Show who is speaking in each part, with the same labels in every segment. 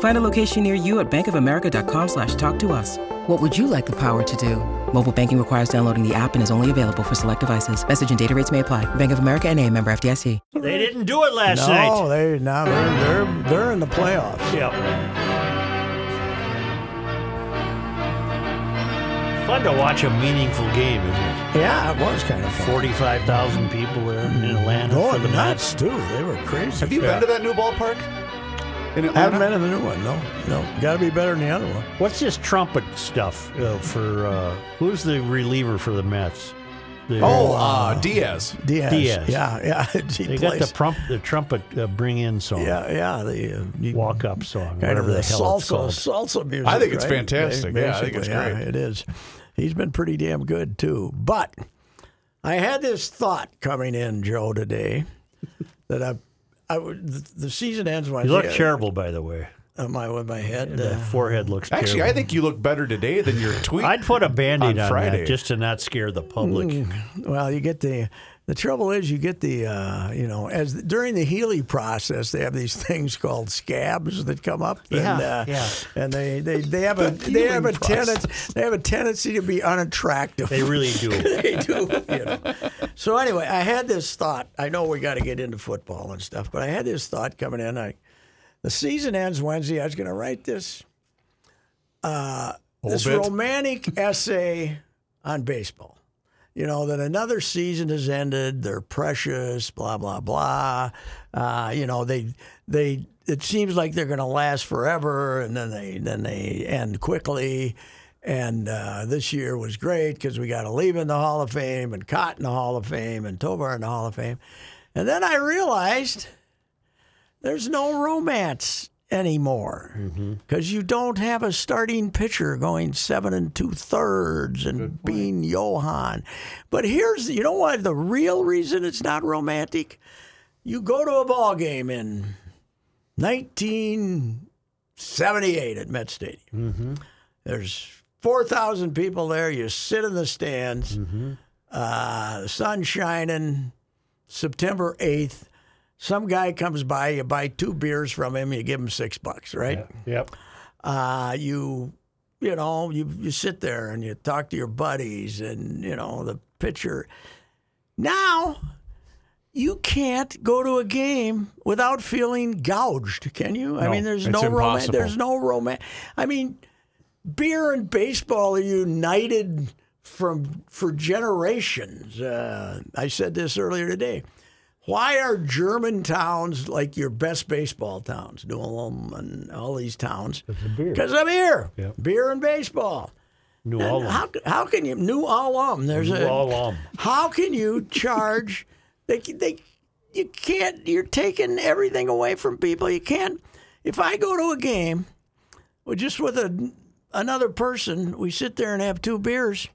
Speaker 1: Find a location near you at bankofamerica.com slash talk to us. What would you like the power to do? Mobile banking requires downloading the app and is only available for select devices. Message and data rates may apply. Bank of America and a member FDIC.
Speaker 2: They didn't do it last
Speaker 3: No,
Speaker 2: night.
Speaker 3: they now they're, they're they're in the playoffs.
Speaker 2: Yeah. Fun to watch a meaningful game, isn't it?
Speaker 3: Yeah, it was kind of fun.
Speaker 2: 45,000 people there in Atlanta for
Speaker 3: Mm-hmm. Going
Speaker 2: the Mets.
Speaker 3: nuts too. They were crazy.
Speaker 4: Have you
Speaker 2: Yeah.
Speaker 4: been to that new ballpark? In
Speaker 3: I haven't
Speaker 4: Atlanta?
Speaker 3: been in the new one. No, no. Got to be better than the other one.
Speaker 2: What's this trumpet stuff uh, for? Uh, who's the reliever for the Mets? The-
Speaker 4: Oh, uh, Diaz.
Speaker 3: Diaz.
Speaker 2: Diaz.
Speaker 3: Yeah, yeah. He
Speaker 2: they got
Speaker 3: plays.
Speaker 2: the, prump, the trumpet uh, bring in song,
Speaker 3: Yeah, yeah. The uh, you-
Speaker 2: walk up song,
Speaker 3: kind of
Speaker 2: whatever
Speaker 3: the,
Speaker 2: the, hell it's
Speaker 3: salsa,
Speaker 2: called.
Speaker 3: salsa music.
Speaker 4: I think it's
Speaker 3: right?
Speaker 4: fantastic. Yeah, I think it's
Speaker 3: Basically, yeah,
Speaker 4: great.
Speaker 3: it is. He's been pretty damn good too. But I had this thought coming in, Joe, today that I, I would. The the season ends when
Speaker 2: You
Speaker 3: I
Speaker 2: look
Speaker 3: see it.
Speaker 2: terrible, by the way.
Speaker 3: Am I with my head?
Speaker 2: The
Speaker 3: Uh,
Speaker 2: forehead looks
Speaker 4: Actually, I
Speaker 2: terrible.
Speaker 4: think you look better today than your tweet.
Speaker 2: I'd put a band-aid
Speaker 4: on
Speaker 2: on,
Speaker 4: Friday.
Speaker 2: that just to not scare the public.
Speaker 3: Mm. well, you get the. The trouble is, you get the uh, you know as during the Healy process, they have these things called scabs that come up, and,
Speaker 2: Yeah,
Speaker 3: uh,
Speaker 2: yeah.
Speaker 3: and they, they, they have a they have a tendency they have a tendency to be unattractive.
Speaker 2: They really do.
Speaker 3: they do. You know. So anyway, I had this thought. I know we got to get into football and stuff, but I had this thought coming in. I, the season ends Wednesday. I was going to write this uh,
Speaker 4: Whole
Speaker 3: this
Speaker 4: bit.
Speaker 3: romantic essay on baseball. You know that another season has ended. They're precious. Blah blah blah. Uh, you know they they. It seems like they're going to last forever, and then they then they end quickly. And uh, this year was great because we got to leave in the Hall of Fame and Cotton in the Hall of Fame and Tovar in the Hall of Fame. And then I realized there's no romance anymore because you don't have a starting pitcher going seven and two thirds and being Johan. But here's you know what the real reason it's not romantic. You go to a ball game in 1978 at Met Stadium. There's 4,000 people there. You sit in the stands. Uh, the sun's shining. September 8th. Some guy comes by. You buy two beers from him. You give him six bucks, right?
Speaker 2: yep.
Speaker 3: uh, you you know you you sit there and you talk to your buddies and you know the pitcher. Now you can't go to a game without feeling gouged, can you? I
Speaker 4: No,
Speaker 3: mean, there's
Speaker 4: it's
Speaker 3: no romance.
Speaker 4: impossible.
Speaker 3: There's no romance. I mean, beer and baseball are united from for generations. Uh, I said this earlier today. Why are German towns like your best baseball towns, Newellem and all these towns?
Speaker 4: Mm-hmm.
Speaker 3: Because of beer,
Speaker 2: Yep.
Speaker 3: beer and baseball.
Speaker 2: New
Speaker 3: And
Speaker 2: Orleans.
Speaker 3: how, how can you New Alum? There's
Speaker 2: New
Speaker 3: a
Speaker 2: Orleans.
Speaker 3: how can you charge? they they you can't. You're taking everything away from people. You can't. If I go to a game, well, just with a another person, we sit there and have two beers.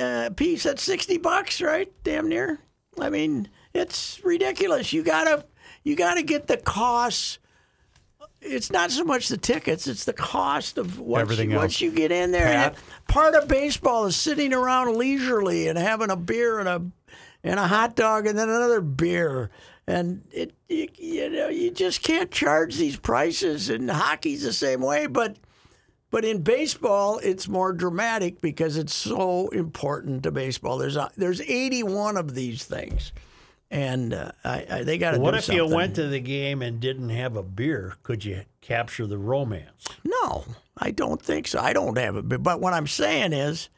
Speaker 3: Uh, piece that's sixty bucks, right? Damn near. I mean, it's ridiculous. You gotta you gotta get the costs. It's not so much the tickets; it's the cost of what
Speaker 4: Everything
Speaker 3: you, what
Speaker 4: else.
Speaker 3: you get in there. And
Speaker 4: Pat?
Speaker 3: it- part of baseball is sitting around leisurely and having a beer and a and a hot dog and then another beer. And it you, you know you just can't charge these prices. And hockey's the same way, but but in baseball it's more dramatic because it's so important to baseball. There's a, there's 81 of these things, and uh, I, I they got to.
Speaker 2: What
Speaker 3: do
Speaker 2: if
Speaker 3: something.
Speaker 2: you went to the game and didn't have a beer? Could you capture the romance?
Speaker 3: No, I don't think so. I don't have it. But- But what I'm saying is,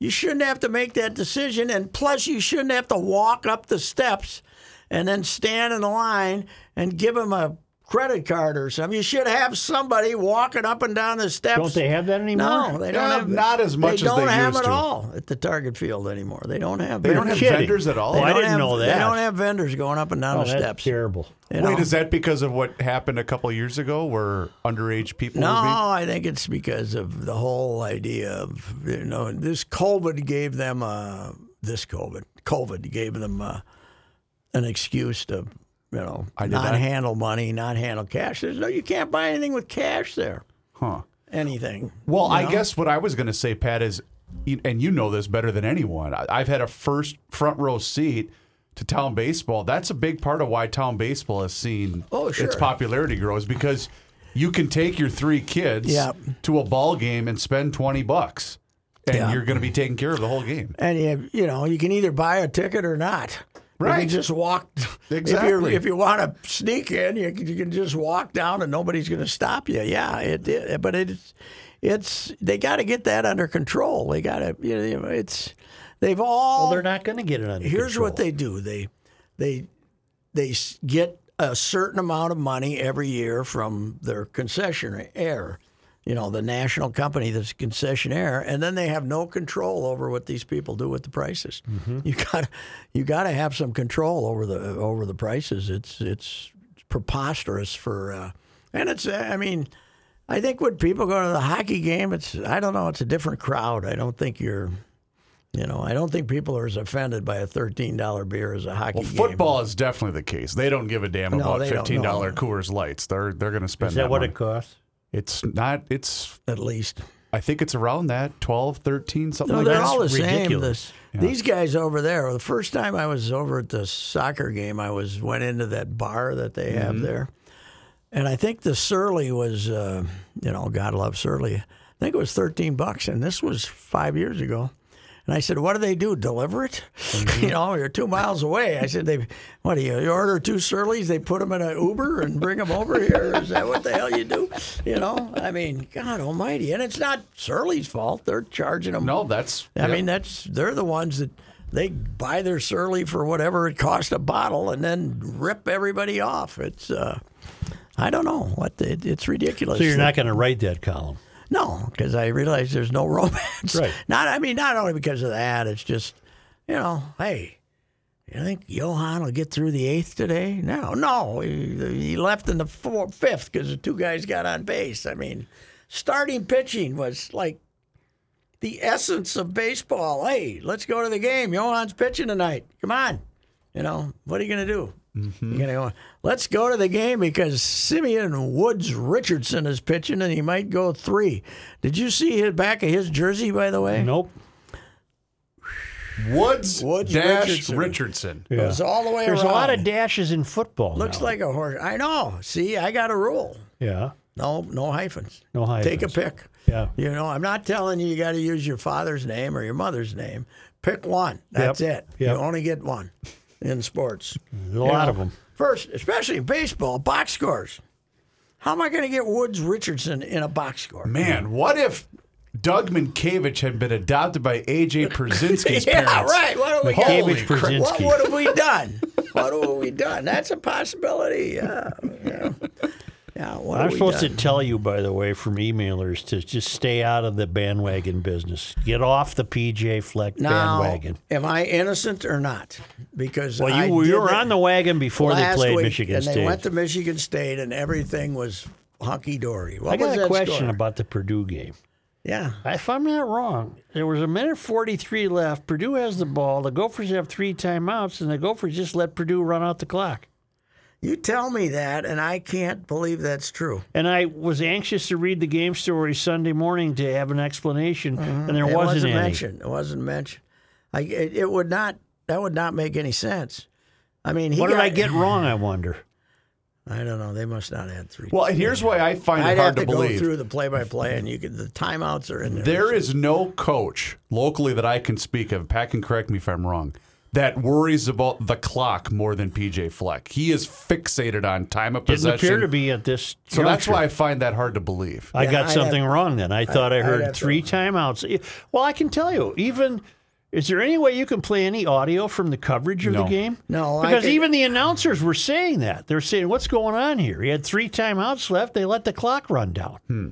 Speaker 3: you shouldn't have to make that decision. And plus, you shouldn't have to walk up the steps and then stand in line and give them a credit card or something. You should have somebody walking up and down the steps.
Speaker 2: Don't they have that anymore?
Speaker 3: No, they don't
Speaker 4: Yeah,
Speaker 3: have
Speaker 4: not as much as
Speaker 3: They don't
Speaker 4: they
Speaker 3: have
Speaker 4: used
Speaker 3: it
Speaker 4: to.
Speaker 3: all at the target field anymore. They don't have.
Speaker 4: They don't
Speaker 3: vendors.
Speaker 4: have
Speaker 2: kidding.
Speaker 4: vendors at all.
Speaker 2: They Oh, I
Speaker 3: They don't
Speaker 2: didn't
Speaker 3: have-
Speaker 2: know
Speaker 3: They
Speaker 2: that.
Speaker 3: don't have vendors going up and down
Speaker 2: Oh,
Speaker 3: the
Speaker 2: that's
Speaker 3: steps.
Speaker 2: terrible.
Speaker 3: you
Speaker 4: Wait,
Speaker 3: know?
Speaker 4: is that because of what happened a couple of years ago where underage people
Speaker 3: No,
Speaker 4: were being-
Speaker 3: I think it's because of the whole idea of you know this COVID gave them uh, this COVID COVID gave them uh, an excuse to you know
Speaker 4: did
Speaker 3: not
Speaker 4: that.
Speaker 3: handle money, not handle cash. There's no you can't buy anything with cash there.
Speaker 4: Huh.
Speaker 3: Anything.
Speaker 4: Well, I guess what I was going to say, Pat, is, and you know this better than anyone. I- I've had a first front row seat to town baseball. That's a big part of why town baseball has seen
Speaker 3: Oh, sure.
Speaker 4: its popularity grow is because you can take your three kids
Speaker 3: Yep.
Speaker 4: to a ball game and spend twenty bucks, and
Speaker 3: Yeah.
Speaker 4: you're going to be taking care of the whole game.
Speaker 3: and you, you know you can either buy a ticket or not. You
Speaker 4: Right.
Speaker 3: can just walk. If, you
Speaker 4: Exactly.
Speaker 3: if you want to sneak in, you can, you can just walk down, and nobody's going to stop you. Yeah, it, it but it's it's they got to get that under control. They got to you know it's they've all
Speaker 2: Well, they're not going to get it under
Speaker 3: here's
Speaker 2: control.
Speaker 3: what they do they they they s- get a certain amount of money every year from their concessionaire you know the national company that's concessionaire and then they have no control over what these people do with the prices you got you got to have some control over the over the prices it's it's preposterous for uh, and it's uh, i mean i think when people go to the hockey game it's i don't know it's a different crowd i don't think you're you know, I don't think people are as offended by a thirteen dollar beer as a hockey
Speaker 4: Well, football is definitely the case. They don't give a damn
Speaker 3: No,
Speaker 4: about
Speaker 3: they don't,
Speaker 4: fifteen dollar
Speaker 3: no.
Speaker 4: Coors Lights. They're they're going to spend
Speaker 2: Is that what
Speaker 4: money.
Speaker 2: it costs?
Speaker 4: it's not. It's
Speaker 3: game, at least.
Speaker 4: I think it's around that 12, 13, something
Speaker 3: No,
Speaker 4: like
Speaker 3: they're
Speaker 4: that.
Speaker 3: all the
Speaker 2: ridiculous.
Speaker 3: same. The- These guys over there. The first time I was over at the soccer game, I was went into that bar that they
Speaker 4: Mm-hmm.
Speaker 3: have there, and I think the Surly was, uh, you know, God love Surly. I think it was thirteen bucks, and this was five years ago. And I said, "What do they do? Deliver it?
Speaker 4: Mm-hmm.
Speaker 3: you know, you're two miles away." I said, "They, what do you, you order two Surleys? They put them in an Uber and bring them over here? Is that what the hell you do? You know, I mean, God Almighty! And it's not Surly's fault. They're charging them
Speaker 4: No, that's.
Speaker 3: I mean, that's they're the ones that they buy their Surly for whatever it costs a bottle, and then rip everybody off. It's uh, I don't know what it, it's ridiculous.
Speaker 2: So you're not going to write that column.
Speaker 3: no, because I realize there's no romance.
Speaker 2: Right.
Speaker 3: Not I mean, not only because of that. It's just you know, hey. You think Johan will get through the eighth today? No, no. He, he left in the four, fifth because the two guys got on base. I mean, starting pitching was like the essence of baseball. Hey, let's go to the game. Johan's pitching tonight. Come on. You know, what are you going to do?
Speaker 2: Mm-hmm.
Speaker 3: You're going to go, let's go to the game because Simeon Woods Richardson is pitching and he might go three. Did you see his back of his jersey, by the way?
Speaker 2: Nope.
Speaker 4: Woods,
Speaker 3: Woods
Speaker 4: dash
Speaker 3: Richardson.
Speaker 4: Richardson.
Speaker 3: It was all the way
Speaker 2: There's
Speaker 3: around.
Speaker 2: a lot of dashes in football.
Speaker 3: Looks
Speaker 2: now.
Speaker 3: like a horse. I know. See, I got a rule.
Speaker 2: yeah,
Speaker 3: No, no hyphens.
Speaker 2: no hyphens.
Speaker 3: Take a pick.
Speaker 2: Yeah.
Speaker 3: You know, I'm not telling you you got to use your father's name or your mother's name. Pick one. That's
Speaker 2: Yep.
Speaker 3: it.
Speaker 2: Yep.
Speaker 3: You only get one in sports.
Speaker 2: There's a lot of them.
Speaker 3: First, especially in baseball, box scores. How am I going to get Woods Richardson in a box score?
Speaker 4: Man, what if Doug Minkiewicz had been adopted by AJ Przinsky's
Speaker 3: yeah,
Speaker 4: parents?
Speaker 3: right. What have we
Speaker 4: Holy
Speaker 3: got?
Speaker 2: Minkiewicz Brzezinski.
Speaker 3: What would have we done? what have we done? That's a possibility. Yeah. Yeah. yeah what
Speaker 2: I'm
Speaker 3: have we
Speaker 2: supposed
Speaker 3: done?
Speaker 2: to tell you, by the way, from emailers to just stay out of the bandwagon business. Get off the PJ Fleck
Speaker 3: now,
Speaker 2: bandwagon.
Speaker 3: Am I innocent or not? Because
Speaker 2: Well,
Speaker 3: I
Speaker 2: you,
Speaker 3: did
Speaker 2: you were
Speaker 3: it.
Speaker 2: on the wagon before they
Speaker 3: last
Speaker 2: played
Speaker 3: week,
Speaker 2: Michigan
Speaker 3: and
Speaker 2: State.
Speaker 3: they went to Michigan State, and everything was hunky dory. What
Speaker 2: I got
Speaker 3: was
Speaker 2: a
Speaker 3: that
Speaker 2: question
Speaker 3: score?
Speaker 2: about the Purdue game.
Speaker 3: yeah.
Speaker 2: If I'm not wrong, there was a minute 43 left. Purdue has the ball. The Gophers have three timeouts, and the Gophers just let Purdue run out the clock.
Speaker 3: You tell me that, and I can't believe that's true.
Speaker 2: And I was anxious to read the game story Sunday morning to have an explanation, and there
Speaker 3: Mm-hmm. it
Speaker 2: wasn't,
Speaker 3: wasn't
Speaker 2: any.
Speaker 3: mentioned. It wasn't mentioned. I, it, it would not. That would not make any sense. I mean, he
Speaker 2: What did
Speaker 3: got-
Speaker 2: I get wrong? I wonder.
Speaker 3: I don't know. They must not have three.
Speaker 4: Well, and here's why I find
Speaker 3: I'd
Speaker 4: it hard
Speaker 3: have to, go
Speaker 4: believe.
Speaker 3: through the play-by-play, and you could. The timeouts are in there.
Speaker 4: there is no coach locally that I can speak of, Pat can correct me if I'm wrong, that worries about the clock more than PJ Fleck. He is fixated on time of
Speaker 2: Didn't
Speaker 4: possession.
Speaker 2: appear to be at this.
Speaker 4: so that's
Speaker 2: juncture.
Speaker 4: why I find that hard to believe.
Speaker 2: I
Speaker 3: Yeah,
Speaker 2: got
Speaker 3: I'd
Speaker 2: something wrong then. I thought I,
Speaker 3: I'd have
Speaker 2: heard
Speaker 3: to-
Speaker 2: three timeouts. Well, I can tell you, even Is there any way you can play any audio from the coverage of
Speaker 4: No.
Speaker 2: the game?
Speaker 3: No, I-
Speaker 2: because even the announcers were saying that they're saying, "What's going on here?" He had three timeouts left. They let the clock run down.
Speaker 4: Hmm.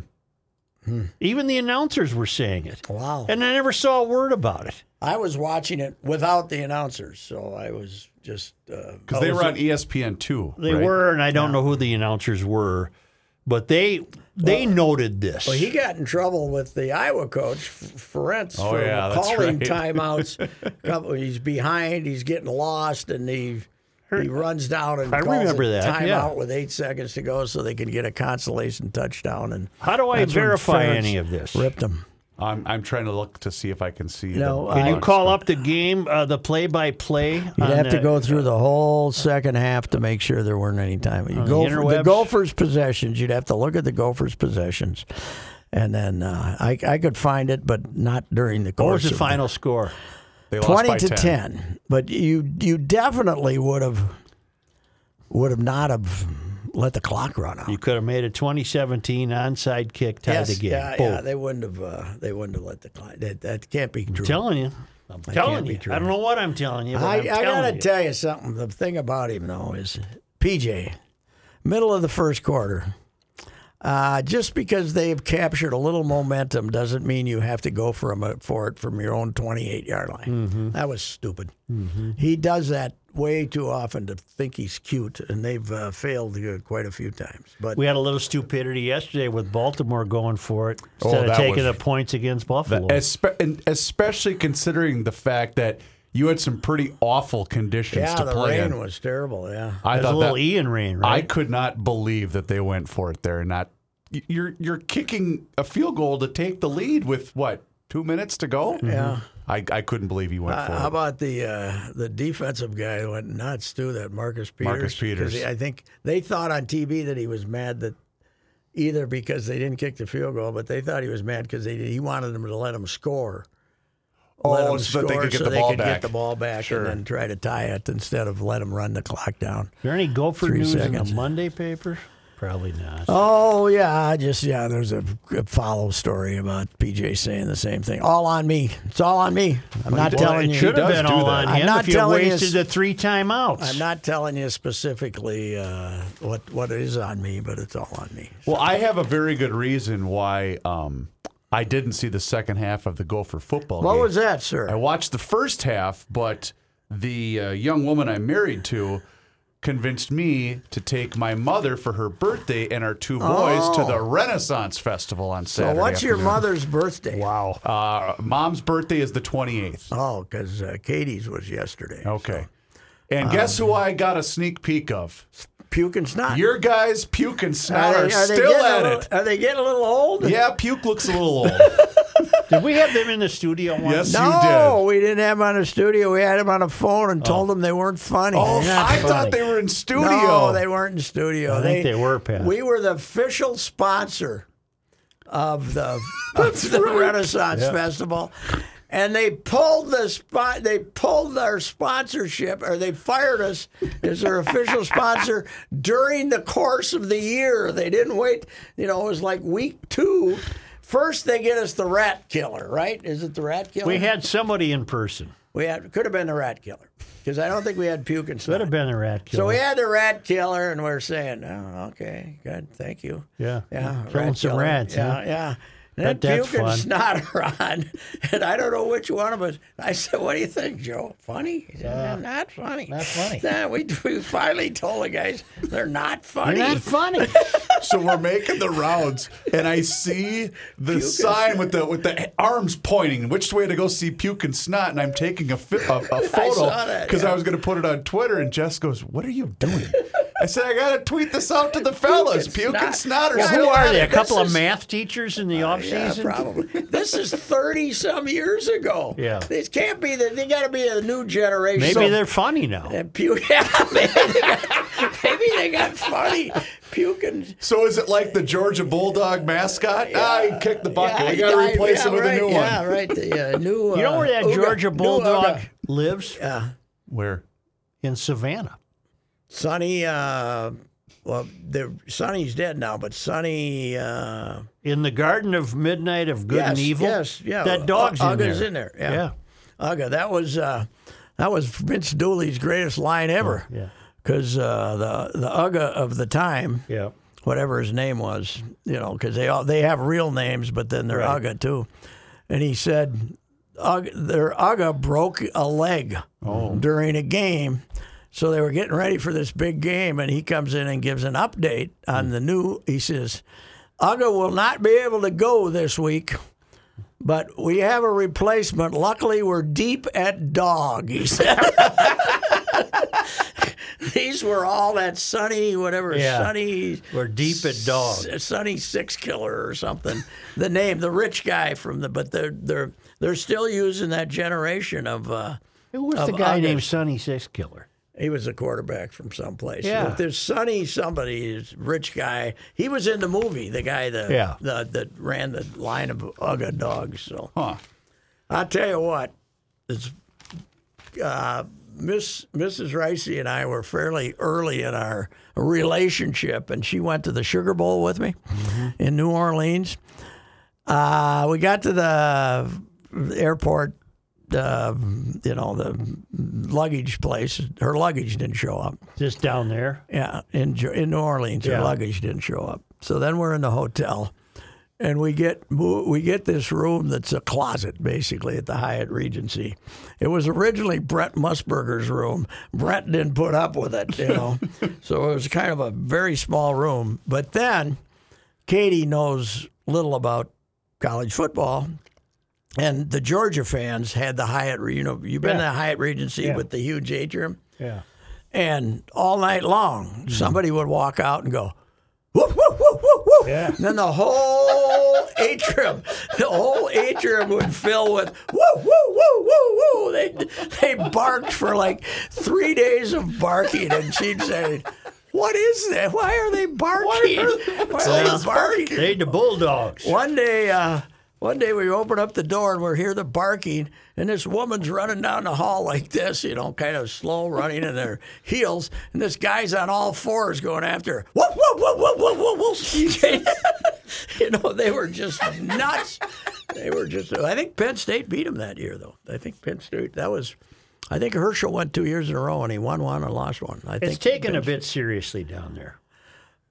Speaker 3: Hmm.
Speaker 2: Even the announcers were saying it,
Speaker 3: Wow.
Speaker 2: and I never saw a word about it.
Speaker 3: I was watching it without the announcers, so I was just uh, because
Speaker 4: because they were on E ESPN two.
Speaker 2: They
Speaker 4: right?
Speaker 2: were, and I don't know who the announcers were, but they they noted this.
Speaker 3: Well, he got in trouble with the Iowa coach, F- Ferentz,
Speaker 4: Oh,
Speaker 3: for
Speaker 4: yeah, that's
Speaker 3: calling
Speaker 4: right.
Speaker 3: timeouts. Couple- he's behind, he's getting lost, and he he runs down and
Speaker 2: I
Speaker 3: calls
Speaker 2: remember
Speaker 3: a
Speaker 2: that,
Speaker 3: timeout
Speaker 2: yeah.
Speaker 3: with eight seconds to go, so they can get a consolation touchdown. And
Speaker 2: How do I
Speaker 3: that's when
Speaker 2: verify
Speaker 3: Ferentz
Speaker 2: any of this?
Speaker 3: Ripped him.
Speaker 4: I'm I'm trying to look to see if I can see.
Speaker 3: No, uh,
Speaker 4: the
Speaker 3: I-
Speaker 2: Can you
Speaker 4: box.
Speaker 2: call up the game, uh, the play-by-play?
Speaker 3: Oh, You'd have to go through the whole second half to make sure there weren't any time. You
Speaker 2: the
Speaker 3: go for the
Speaker 2: interwebs?
Speaker 3: Gophers' possessions. You'd have to look at the Gophers' possessions, and then uh, I, I could find it, but not during the
Speaker 2: What
Speaker 3: course.
Speaker 2: was the
Speaker 3: of
Speaker 2: final score?
Speaker 4: They lost
Speaker 3: Twenty
Speaker 4: by
Speaker 3: to ten, but you you definitely would have would have not have let the clock run out.
Speaker 2: You could have made a 2017 onside kick, tied
Speaker 3: yes,
Speaker 2: the game.
Speaker 3: yeah,
Speaker 2: Boom.
Speaker 3: yeah, they wouldn't have uh, they wouldn't have let the clock. That, that can't be true.
Speaker 2: telling you. I'm telling
Speaker 3: be
Speaker 2: you.
Speaker 3: true.
Speaker 2: I don't know what I'm telling you. But
Speaker 3: I,
Speaker 2: I, am
Speaker 3: I
Speaker 2: telling
Speaker 3: gotta
Speaker 2: you.
Speaker 3: tell you something. The thing about him though is PJ, middle of the first quarter. Uh, just because they've captured a little momentum doesn't mean you have to go for, a, for it from your own 28 yard line.
Speaker 2: Mm-hmm.
Speaker 3: That was stupid. He does that way too often to think he's cute, and they've uh, failed uh, quite a few times. But
Speaker 2: we had a little stupidity yesterday with Baltimore going for it
Speaker 4: Oh,
Speaker 2: instead of
Speaker 4: that
Speaker 2: taking the
Speaker 4: was-
Speaker 2: points against Buffalo.
Speaker 4: Espe- and especially considering the fact that you had some pretty awful conditions
Speaker 3: yeah,
Speaker 4: to
Speaker 3: the
Speaker 4: play
Speaker 3: rain
Speaker 4: in.
Speaker 3: was terrible. Yeah.
Speaker 4: I
Speaker 2: There's a
Speaker 4: thought
Speaker 2: little
Speaker 4: that,
Speaker 2: Ian rain,
Speaker 4: I
Speaker 2: right?
Speaker 4: could not believe that they went for it there. and Not y- you're you're kicking a field goal to take the lead with what two minutes to go. Yeah, I, I couldn't believe he went
Speaker 3: Uh,
Speaker 4: for
Speaker 3: how
Speaker 4: it.
Speaker 3: about the uh, the defensive guy who went nuts too? That Marcus Peters.
Speaker 4: Marcus
Speaker 3: 'Cause
Speaker 4: Peters.
Speaker 3: he- I think they thought on TV that he was mad that either because they didn't kick the field goal, but they thought he was mad because they did, he wanted them to let him score. let
Speaker 4: Oh,
Speaker 3: him
Speaker 4: so that they
Speaker 3: score
Speaker 4: could get
Speaker 3: so
Speaker 4: the
Speaker 3: they
Speaker 4: ball
Speaker 3: could
Speaker 4: back.
Speaker 3: get the ball back
Speaker 4: Sure.
Speaker 3: and then try to tie it instead of let him run the clock down.
Speaker 2: Is there any Gopher
Speaker 3: Three
Speaker 2: news in
Speaker 3: seconds.
Speaker 2: the Monday paper? Probably not.
Speaker 3: Oh yeah, I just yeah. There's a, a follow story about PJ saying the same thing. All on me. It's all on me. I'm not
Speaker 4: Well,
Speaker 3: telling
Speaker 2: it
Speaker 3: you.
Speaker 2: should have
Speaker 4: does
Speaker 2: been
Speaker 4: do
Speaker 2: all
Speaker 4: that.
Speaker 2: on
Speaker 3: I'm
Speaker 2: him
Speaker 3: not
Speaker 2: if you
Speaker 3: telling you
Speaker 2: wasted
Speaker 3: s-
Speaker 2: the three timeouts.
Speaker 3: I'm not telling you specifically uh, what what is on me, but it's all on me.
Speaker 4: Well, I have a very good reason why um, I didn't see the second half of the Gopher football
Speaker 3: What
Speaker 4: game.
Speaker 3: was that,
Speaker 4: I
Speaker 3: sir?
Speaker 4: watched the first half, but the uh, young woman I'm married to convinced me to take my mother for her birthday and our two boys to the Renaissance Festival on
Speaker 3: Oh. So
Speaker 4: Saturday.
Speaker 3: what's your
Speaker 4: afternoon.
Speaker 3: mother's birthday? Wow.
Speaker 4: Uh, mom's birthday is the 28th.
Speaker 3: Oh, because uh, Katie's was yesterday.
Speaker 4: Okay. And guess who I got a sneak peek of?
Speaker 3: Puke and snot.
Speaker 4: Your guys, Puke and Snot, are, still
Speaker 3: getting a
Speaker 4: at
Speaker 3: little-
Speaker 4: it.
Speaker 3: Are they getting a little old?
Speaker 4: Yeah, Puke looks a little old.
Speaker 2: Did we have them in the studio once?
Speaker 4: yes,
Speaker 3: No,
Speaker 4: you did.
Speaker 3: we didn't have them on the studio. We had them on the phone and told them they weren't funny.
Speaker 4: Oh,
Speaker 3: They're not
Speaker 4: I
Speaker 3: funny.
Speaker 4: thought they were in studio.
Speaker 3: No, they weren't in studio.
Speaker 2: I think they were, Pat.
Speaker 3: We were the official sponsor of the, of the Renaissance Festival. And they pulled the spot. They pulled our sponsorship, or they fired us as their official sponsor during the course of the year. They didn't wait. You know, it was like week two. First, they get us the Rat Killer, right? Is it the Rat Killer?
Speaker 2: We had somebody in person.
Speaker 3: we had could have been the Rat Killer because I don't think we had puke and
Speaker 2: Could have been a rat killer.
Speaker 3: so we had the rat killer, and we're saying, "Oh, okay, good, thank you."
Speaker 2: Yeah.
Speaker 3: yeah,
Speaker 2: Killing
Speaker 3: rat
Speaker 2: some
Speaker 3: killer.
Speaker 2: rats,
Speaker 3: Yeah,
Speaker 2: huh?
Speaker 3: yeah.
Speaker 2: Bet
Speaker 3: And then
Speaker 2: that's
Speaker 3: puke and
Speaker 2: fun.
Speaker 3: snot are on, and I don't know which one of us. I said, "What do you think, Joe? Funny? He said, "Eh, not funny.
Speaker 2: Uh, not funny."
Speaker 3: Nah, we, we finally told the guys they're not funny.
Speaker 2: Not funny.
Speaker 4: So we're making the rounds, and I see the sign with the with the arms pointing which way to go see puke and snot, and I'm taking a, fi- a,
Speaker 3: saw
Speaker 4: a photo
Speaker 3: that,
Speaker 4: because I,
Speaker 3: yeah.
Speaker 4: was going to put it on Twitter. And Jess goes, "What are you doing?" I said, "I got to tweet this out to the fellas. Puke and snot are
Speaker 2: Well,
Speaker 4: still
Speaker 2: who are
Speaker 4: on
Speaker 2: they?
Speaker 4: it.
Speaker 2: A couple
Speaker 4: This
Speaker 2: of
Speaker 4: is-
Speaker 2: math teachers in the off
Speaker 3: Oh, Yeah,
Speaker 2: season?
Speaker 3: probably. this is thirty some years ago.
Speaker 2: Yeah.
Speaker 3: this can't be. The, they got to be a new generation.
Speaker 2: Maybe
Speaker 3: So- uh,
Speaker 2: they're funny now.
Speaker 3: And puke. Yeah, maybe they got, maybe they got funny puking.
Speaker 4: So is it like the Georgia Bulldog mascot? Ah, he kicked the bucket.
Speaker 3: Yeah,
Speaker 4: we got to
Speaker 3: I-
Speaker 4: replace
Speaker 3: yeah,
Speaker 4: him with
Speaker 3: right,
Speaker 4: a new
Speaker 3: yeah,
Speaker 4: one.
Speaker 3: right. The uh, new.
Speaker 2: You know
Speaker 3: uh,
Speaker 2: where that
Speaker 3: Uga-
Speaker 2: Georgia
Speaker 3: new
Speaker 2: Bulldog
Speaker 3: Uga.
Speaker 2: lives?
Speaker 3: uh, Yeah,
Speaker 4: Where?
Speaker 2: In Savannah.
Speaker 3: Sonny. Uh, well, the Sonny's dead now, but Sonny. Uh,
Speaker 2: In the Garden of Midnight of Good
Speaker 3: yes,
Speaker 2: and Evil.
Speaker 3: Yes, yeah.
Speaker 2: That dog's in
Speaker 3: Uga's
Speaker 2: there.
Speaker 3: in there. Yeah. Ugga, that was uh, that was Vince Dooley's greatest line ever.
Speaker 2: Yeah.
Speaker 3: Because uh, the the Ugga of the time,
Speaker 2: Yeah.
Speaker 3: whatever his name was, you know, because they all they have real names, but then they're
Speaker 2: Right.
Speaker 3: Ugga too. And he said, Ugga, their Ugga broke a leg
Speaker 2: Oh.
Speaker 3: during a game. So they were getting ready for this big game, and he comes in and gives an update
Speaker 2: Hmm.
Speaker 3: on the new. He says, Ugga will not be able to go this week, but we have a replacement. Luckily, we're deep at dog, he said. These were all that sunny, whatever,
Speaker 2: Yeah.
Speaker 3: sunny.
Speaker 2: We're deep at dog.
Speaker 3: S- Sonny Six Killer or something. the name, the rich guy from the, but they're they're they're still using that generation of. Uh,
Speaker 2: Who was
Speaker 3: Of
Speaker 2: the guy
Speaker 3: August.
Speaker 2: named Sonny Six Killer?
Speaker 3: he was a quarterback from someplace.
Speaker 2: Yeah.
Speaker 3: If there's Sonny somebody, is rich guy. He was in the movie. The guy that
Speaker 2: Yeah.
Speaker 3: the, that ran the line of Ugga dogs. So
Speaker 4: Huh.
Speaker 3: I tell you what, it's. Uh, Miss Mrs. Ricey and I were fairly early in our relationship, and she went to the Sugar Bowl with me in New Orleans. Uh, we got to the airport, uh, you know, the luggage place. Her luggage didn't show up.
Speaker 2: Just down there.
Speaker 3: Yeah, in Jo- in New Orleans, her
Speaker 2: Yeah.
Speaker 3: luggage didn't show up. So then we're in the hotel, and we get mo- we get this room that's a closet basically at the Hyatt Regency. It was originally Brett Musburger's room. Brett didn't put up with it, you know. so it was kind of a very small room. But then Katie knows little about college football. And the Georgia fans had the Hyatt, Re- you know, you've been
Speaker 2: Yeah.
Speaker 3: to the Hyatt Regency with the huge atrium.
Speaker 2: Yeah.
Speaker 3: And all night long, somebody would walk out and go, whoop, whoop, whoop, whoop, whoop.
Speaker 2: Yeah.
Speaker 3: And then the whole atrium, the whole atrium would fill with, whoop, whoop, whoop, whoop, whoop. They, they barked for like three days of barking. And she'd say, what is that? Why are they barking? Why are they barking?
Speaker 2: They the Bulldogs.
Speaker 3: One day, uh, one day we open up the door and we're here the barking, and this woman's running down the hall like this, you know, kind of slow running in her heels, and this guy's on all fours going after her. Whoop whoop whoop whoop whoop whoop whoop. you know, they were just nuts. They were just. I think Penn State beat them that year, though. I think Penn State. That was. I think Herschel went two years in a row and he won one and lost one. I
Speaker 2: It's
Speaker 3: think.
Speaker 2: taken a bit seriously down there.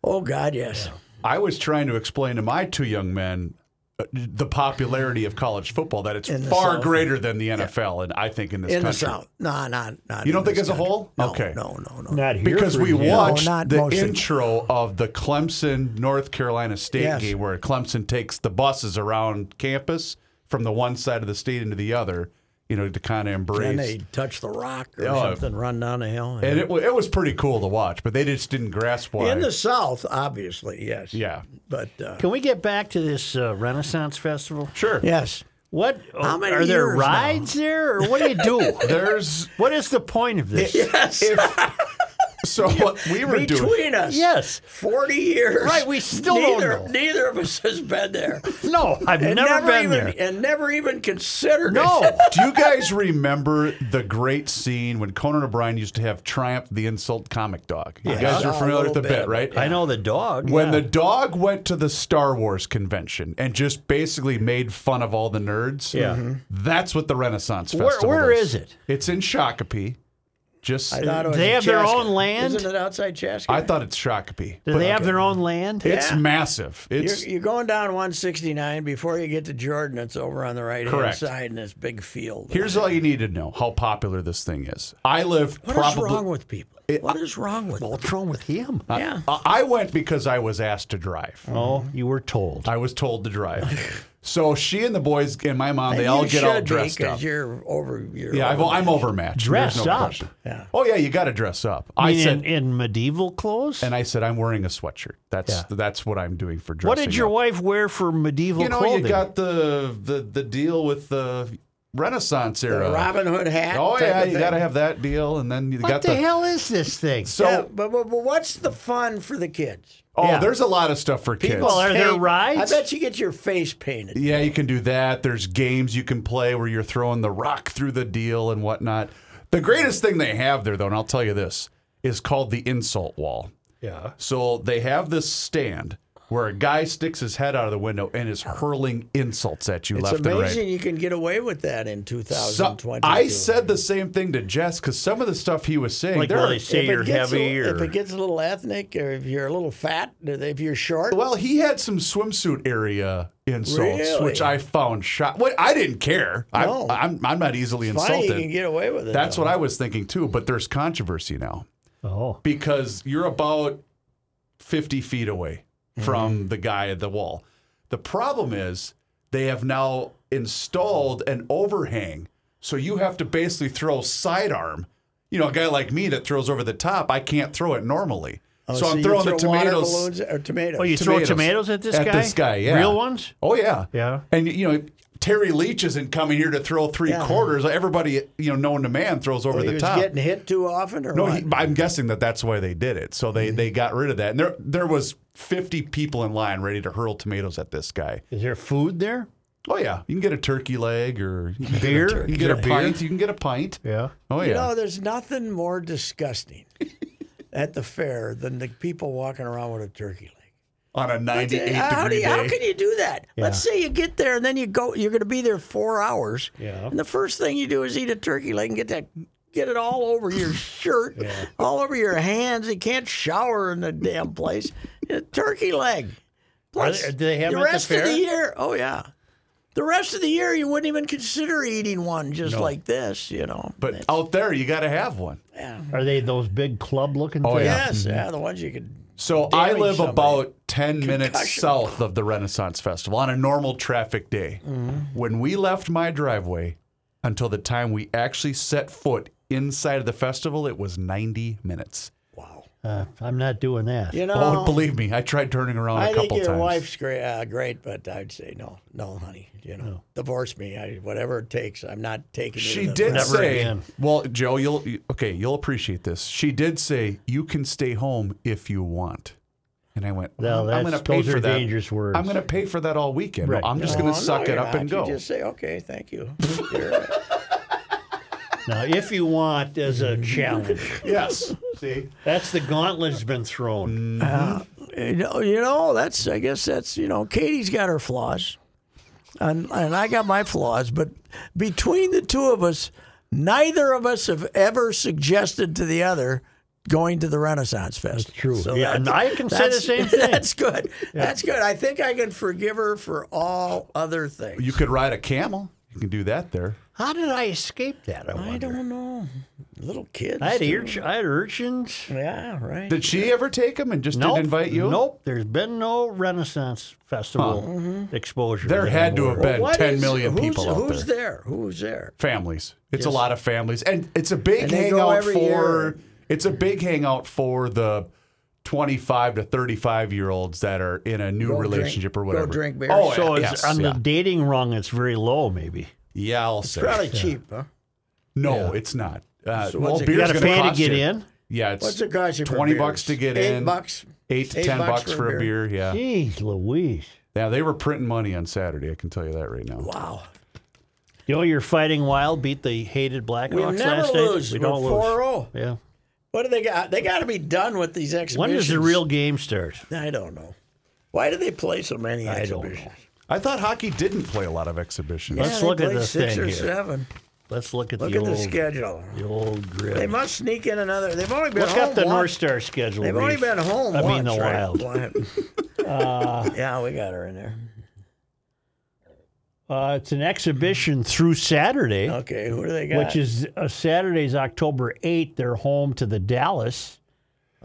Speaker 3: oh God, yes.
Speaker 4: I was trying to explain to my two young men uh, the popularity of college football that it's
Speaker 3: In the
Speaker 4: far
Speaker 3: South.
Speaker 4: greater than the NFL, and I think in this
Speaker 3: In the
Speaker 4: country.
Speaker 3: South, no, not not.
Speaker 4: You don't
Speaker 3: in
Speaker 4: think
Speaker 3: this
Speaker 4: as a
Speaker 3: country.
Speaker 4: whole?
Speaker 3: No,
Speaker 4: Okay.
Speaker 3: No, no, no.
Speaker 2: Not here.
Speaker 4: Because we watched
Speaker 3: not
Speaker 4: the
Speaker 3: mostly.
Speaker 4: intro of the Clemson North Carolina State
Speaker 3: Yes.
Speaker 4: game, where Clemson takes the buses around campus from the one side of the state into the other, you know, to kind of embrace.
Speaker 3: And
Speaker 4: And,
Speaker 3: they touch the rock or
Speaker 4: Oh.
Speaker 3: something, run down the hill.
Speaker 4: it, wa- it was pretty cool to watch, but they just didn't grasp why.
Speaker 3: in the South, obviously, yes.
Speaker 4: yeah,
Speaker 3: But uh,
Speaker 2: Can we get back to this uh, Renaissance Festival?
Speaker 4: sure.
Speaker 3: yes,
Speaker 2: What
Speaker 3: How many
Speaker 2: are there
Speaker 3: years now?
Speaker 2: rides there, or what do you do?
Speaker 4: There's
Speaker 2: what is the point of this?
Speaker 3: yes.
Speaker 4: so what we were doing.
Speaker 3: Between us,
Speaker 2: Yes.
Speaker 3: forty years.
Speaker 2: Right, we still don't
Speaker 3: neither,
Speaker 2: know.
Speaker 3: Neither of us has been there.
Speaker 2: No, I've never,
Speaker 3: And never,
Speaker 2: been
Speaker 3: even,
Speaker 2: there.
Speaker 3: and never even considered. it.
Speaker 4: No. Do you guys remember the great scene when Conan O'Brien used to have Triumph the Insult comic dog? You guys
Speaker 3: Yeah,
Speaker 4: are
Speaker 3: Oh, a
Speaker 4: familiar with
Speaker 3: little
Speaker 4: the bit,
Speaker 3: bit.
Speaker 4: right?
Speaker 2: I know the dog.
Speaker 4: When
Speaker 2: yeah.
Speaker 4: the dog went to the Star Wars convention and just basically made fun of all the nerds,
Speaker 2: Yeah.
Speaker 3: Mm-hmm.
Speaker 2: Mhm.
Speaker 4: that's what the Renaissance
Speaker 2: Where-
Speaker 4: Festival
Speaker 2: where
Speaker 4: is.
Speaker 2: is it?
Speaker 4: It's in Shakopee. Just
Speaker 3: I thought it was
Speaker 2: They
Speaker 3: in
Speaker 2: have their
Speaker 3: Chaska.
Speaker 2: own land?
Speaker 3: Isn't it outside Chaska?
Speaker 4: I thought it's Shakopee.
Speaker 2: do
Speaker 4: but
Speaker 2: they have their own land?
Speaker 4: It's
Speaker 3: Yeah.
Speaker 4: massive.
Speaker 3: You're,
Speaker 4: It's
Speaker 3: you're going down 169 before you get to Jordan. It's over on the right hand
Speaker 4: Correct.
Speaker 3: side in this big field.
Speaker 4: Here's all you need to know how popular this thing is. I live
Speaker 3: What is
Speaker 4: probably
Speaker 3: wrong with people? what is wrong with them?
Speaker 2: What's wrong with him?
Speaker 3: Yeah.
Speaker 4: I- I went because I was asked to drive.
Speaker 2: Oh, you were told.
Speaker 4: I was told to drive. so she and the boys and my mom, they
Speaker 3: And
Speaker 4: all
Speaker 3: you
Speaker 4: get all
Speaker 3: should be,
Speaker 4: dressed
Speaker 3: 'cause
Speaker 4: up.
Speaker 3: You're over. You're
Speaker 4: Yeah, I've,
Speaker 3: over-
Speaker 4: I'm overmatched. There's
Speaker 2: Dressed
Speaker 4: no
Speaker 2: up?
Speaker 4: question. Oh yeah, you got to dress up. I,
Speaker 2: I mean,
Speaker 4: said,
Speaker 2: in, in medieval clothes?
Speaker 4: and I said, I'm wearing a sweatshirt. That's that's what I'm doing for dressing.
Speaker 2: what did your
Speaker 4: up.
Speaker 2: wife wear for medieval
Speaker 4: You know,
Speaker 2: clothing?
Speaker 4: you got the, the the deal with the Renaissance era.
Speaker 3: The Robin Hood hat.
Speaker 4: oh
Speaker 3: type
Speaker 4: yeah,
Speaker 3: of
Speaker 4: you
Speaker 3: thing.
Speaker 4: got to have that deal, and then you
Speaker 2: what
Speaker 4: got
Speaker 2: the, hell is this thing?
Speaker 4: So
Speaker 3: yeah, but, but, but what's the fun for the kids?
Speaker 4: oh,
Speaker 2: Yeah.
Speaker 4: there's a lot of stuff for kids.
Speaker 2: People are there
Speaker 3: Paint-
Speaker 2: rides?
Speaker 3: I bet you get your face painted.
Speaker 4: Yeah, you can do that. There's games you can play where you're throwing the rock through the deal and whatnot. The greatest thing they have there, though, and I'll tell you this, is called the insult wall.
Speaker 2: Yeah.
Speaker 4: So they have this stand where a guy sticks his head out of the window and is hurling insults at you
Speaker 3: It's
Speaker 4: left and right.
Speaker 3: amazing you can get away with that in
Speaker 4: So,
Speaker 3: 2020.
Speaker 4: I said the same thing to Jess because some of the stuff he was saying,
Speaker 2: Like
Speaker 4: there
Speaker 2: what
Speaker 4: are-
Speaker 2: they say you're heavy
Speaker 3: a,
Speaker 2: or
Speaker 3: if it gets a little ethnic, or if you're a little fat, if you're short,
Speaker 4: Well, he had some swimsuit area insults,
Speaker 3: Really?
Speaker 4: which I found shot. What I didn't care.
Speaker 3: No.
Speaker 4: I, I'm I'm not easily
Speaker 3: funny you
Speaker 4: insulted.
Speaker 3: can get away with it.
Speaker 4: That's
Speaker 3: though.
Speaker 4: what I was thinking too. But there's controversy now
Speaker 2: oh,
Speaker 4: because you're about 50 feet away
Speaker 3: Mm-hmm.
Speaker 4: from the guy at the wall. The problem is they have now installed an overhang. So you have to basically throw sidearm. You know, a guy like me that throws over the top, I can't throw it normally.
Speaker 3: Oh,
Speaker 4: so I'm
Speaker 3: you
Speaker 4: throwing the
Speaker 3: throw water
Speaker 4: tomatoes.
Speaker 3: balloons or tomatoes.
Speaker 2: oh, you throw tomatoes at this guy?
Speaker 4: This guy, yeah.
Speaker 2: real ones.
Speaker 4: Oh yeah.
Speaker 2: Yeah.
Speaker 4: And you know, Terry Leach isn't coming here to throw three
Speaker 3: Yeah.
Speaker 4: quarters. Everybody, you know, known to man throws over
Speaker 3: he
Speaker 4: the
Speaker 3: Oh, was
Speaker 4: top.
Speaker 3: getting hit too often, or
Speaker 4: no,
Speaker 3: what? Hmm.
Speaker 4: he, I'm guessing that that's why they did it. So they they got rid of that. And there there was 50 people in line ready to hurl tomatoes at this guy.
Speaker 2: Is there food there?
Speaker 4: Oh yeah, you can get a turkey leg or you can
Speaker 2: Beer?
Speaker 4: Get a, tur- you
Speaker 2: Is
Speaker 4: can get a
Speaker 2: there beer?
Speaker 4: pint. You can get a pint.
Speaker 2: Yeah.
Speaker 4: Oh yeah.
Speaker 3: You know, there's nothing more disgusting at the fair than the people walking around with a turkey leg.
Speaker 4: On a 98
Speaker 3: how, do
Speaker 4: degree
Speaker 3: you, how
Speaker 4: day.
Speaker 3: can you do that? Let's say you get there and then you go. You're going to be there four hours.
Speaker 2: Yeah.
Speaker 3: And the first thing you do is eat a turkey leg and get that, get it all over your shirt, all over your hands. You can't shower in the damn place. A turkey leg. Plus,
Speaker 2: they- do they have
Speaker 3: the
Speaker 2: them at the
Speaker 3: rest of
Speaker 2: fair?
Speaker 3: the year? Oh yeah. The rest of the year, you wouldn't even consider eating one just like this, you know.
Speaker 4: but out there, you got to have one.
Speaker 3: yeah.
Speaker 2: Are they those big club looking
Speaker 4: Oh,
Speaker 2: things?
Speaker 3: yes,
Speaker 4: Mm-hmm.
Speaker 3: yeah, the ones you could
Speaker 4: So I
Speaker 3: Damage
Speaker 4: live
Speaker 3: somebody.
Speaker 4: about 10 minutes
Speaker 3: Concussion.
Speaker 4: south of the Renaissance Festival on a normal traffic day.
Speaker 3: Mm-hmm.
Speaker 4: When we left my driveway until the time we actually set foot inside of the festival, it was 90 minutes.
Speaker 2: Uh, I'm not doing that.
Speaker 3: You know,
Speaker 4: oh, believe me, I tried turning around a
Speaker 3: I think
Speaker 4: couple
Speaker 3: your
Speaker 4: times.
Speaker 3: wife's great, uh, great, but I'd say no, no, honey. You know, divorce me. I, whatever it takes. I'm not taking. you
Speaker 4: she
Speaker 3: to the
Speaker 4: did
Speaker 2: Never
Speaker 3: rest-
Speaker 4: say,
Speaker 2: again.
Speaker 4: "Well, Joe, you'll you- okay, you'll appreciate this." She did say, "You can stay home if you want." And I went,
Speaker 2: No,
Speaker 4: "Well, "I'm going to
Speaker 2: that's-
Speaker 4: pay
Speaker 2: those
Speaker 4: for
Speaker 2: are
Speaker 4: that.
Speaker 2: dangerous words.
Speaker 4: I'm going to pay for that all weekend.
Speaker 2: Right.
Speaker 4: I'm just
Speaker 3: No,
Speaker 4: going
Speaker 3: Oh, no,
Speaker 4: to suck it
Speaker 3: you're
Speaker 4: up
Speaker 3: not.
Speaker 4: and
Speaker 3: You
Speaker 4: go."
Speaker 3: just say okay, thank you. You're right.
Speaker 2: Now, if you want, as a challenge,
Speaker 4: yes. See.
Speaker 2: that's the gauntlet's been thrown.
Speaker 3: you know, oh, you know, that's I guess that's you know, Katie's got her flaws, and and I got my flaws, but between the two of us, neither of us have ever suggested to the other going to the Renaissance Fest.
Speaker 2: true.
Speaker 3: So
Speaker 2: Yeah,
Speaker 3: that-
Speaker 2: and I can say the
Speaker 3: that's-
Speaker 2: same thing.
Speaker 3: That's good. That's good. I think I can forgive her for all other things.
Speaker 4: You could ride a camel. You can do that there.
Speaker 2: How did I escape that? I,
Speaker 3: I
Speaker 2: wonder?
Speaker 3: don't know, little kids.
Speaker 2: I had,
Speaker 3: too.
Speaker 2: urch- I had urchins.
Speaker 3: Yeah, right.
Speaker 4: Did she ever take him and just
Speaker 2: Nope.
Speaker 4: didn't invite you?
Speaker 2: Nope. There's been no Renaissance Festival
Speaker 3: Mm-hmm.
Speaker 2: exposure.
Speaker 4: There had to
Speaker 2: anymore.
Speaker 4: have been
Speaker 3: What
Speaker 4: 10
Speaker 3: is-
Speaker 4: million
Speaker 3: who's-
Speaker 4: people out
Speaker 3: Who's
Speaker 4: there.
Speaker 3: there? Who's there?
Speaker 4: Families. It's a lot of families. And it's a big
Speaker 3: And they go
Speaker 4: hangout
Speaker 3: every
Speaker 4: for
Speaker 3: year.
Speaker 4: it's a big hangout for the 25 to 35 year olds that are in a new
Speaker 3: Go drink-
Speaker 4: relationship or
Speaker 3: go
Speaker 4: whatever.
Speaker 3: drink beer.
Speaker 4: Oh,
Speaker 2: So
Speaker 4: yeah,
Speaker 2: it's
Speaker 4: yes,
Speaker 2: on
Speaker 4: yeah.
Speaker 2: the dating rung. It's very low, maybe.
Speaker 4: Yeah, I'll say.
Speaker 3: Probably cheap, huh?
Speaker 4: no, it's not. Uh,
Speaker 3: So what's
Speaker 4: well,
Speaker 3: it-
Speaker 4: beer's
Speaker 3: You
Speaker 2: You got to
Speaker 4: gonna
Speaker 2: pay to
Speaker 4: cost
Speaker 2: get
Speaker 4: you-
Speaker 2: in.
Speaker 4: Yeah, it's
Speaker 3: What's it cost you? for
Speaker 4: 20
Speaker 3: beers?
Speaker 4: bucks to get
Speaker 3: Eight
Speaker 4: in.
Speaker 3: bucks.
Speaker 4: 8 to 10 bucks for a beer. Yeah.
Speaker 2: Jeez, Louise.
Speaker 4: Yeah, they were printing money on Saturday. I can tell you that right now.
Speaker 3: Wow.
Speaker 2: You know, your fighting wild beat the hated Blackhawks
Speaker 3: We never
Speaker 2: last
Speaker 3: lose.
Speaker 2: night. We
Speaker 3: We're oh.
Speaker 2: don't lose.
Speaker 3: 4-0.
Speaker 2: Yeah.
Speaker 3: What do they got? They got to be done with these exhibitions.
Speaker 2: When does the real game start?
Speaker 3: I don't know. Why do they play so many
Speaker 2: I don't
Speaker 3: exhibitions?
Speaker 4: I thought hockey didn't play a lot of exhibitions.
Speaker 2: Let's
Speaker 3: they
Speaker 2: look at
Speaker 3: play
Speaker 2: this
Speaker 3: six
Speaker 2: thing
Speaker 3: or
Speaker 2: here.
Speaker 3: seven.
Speaker 2: Let's look at
Speaker 3: Look
Speaker 2: the
Speaker 3: at the
Speaker 2: old
Speaker 3: schedule.
Speaker 2: the old grid.
Speaker 3: They must sneak in another. They've only been
Speaker 2: Look
Speaker 3: home
Speaker 2: up the
Speaker 3: once.
Speaker 2: North Star schedule.
Speaker 3: They've only
Speaker 2: Reese.
Speaker 3: been home
Speaker 2: I
Speaker 3: once.
Speaker 2: mean the
Speaker 3: right?
Speaker 2: Wild.
Speaker 3: yeah, we got her in there.
Speaker 2: Uh, it's an exhibition through Saturday,
Speaker 3: Okay, who do they got?
Speaker 2: which is uh, Saturday's October 8th. They're home to the Dallas.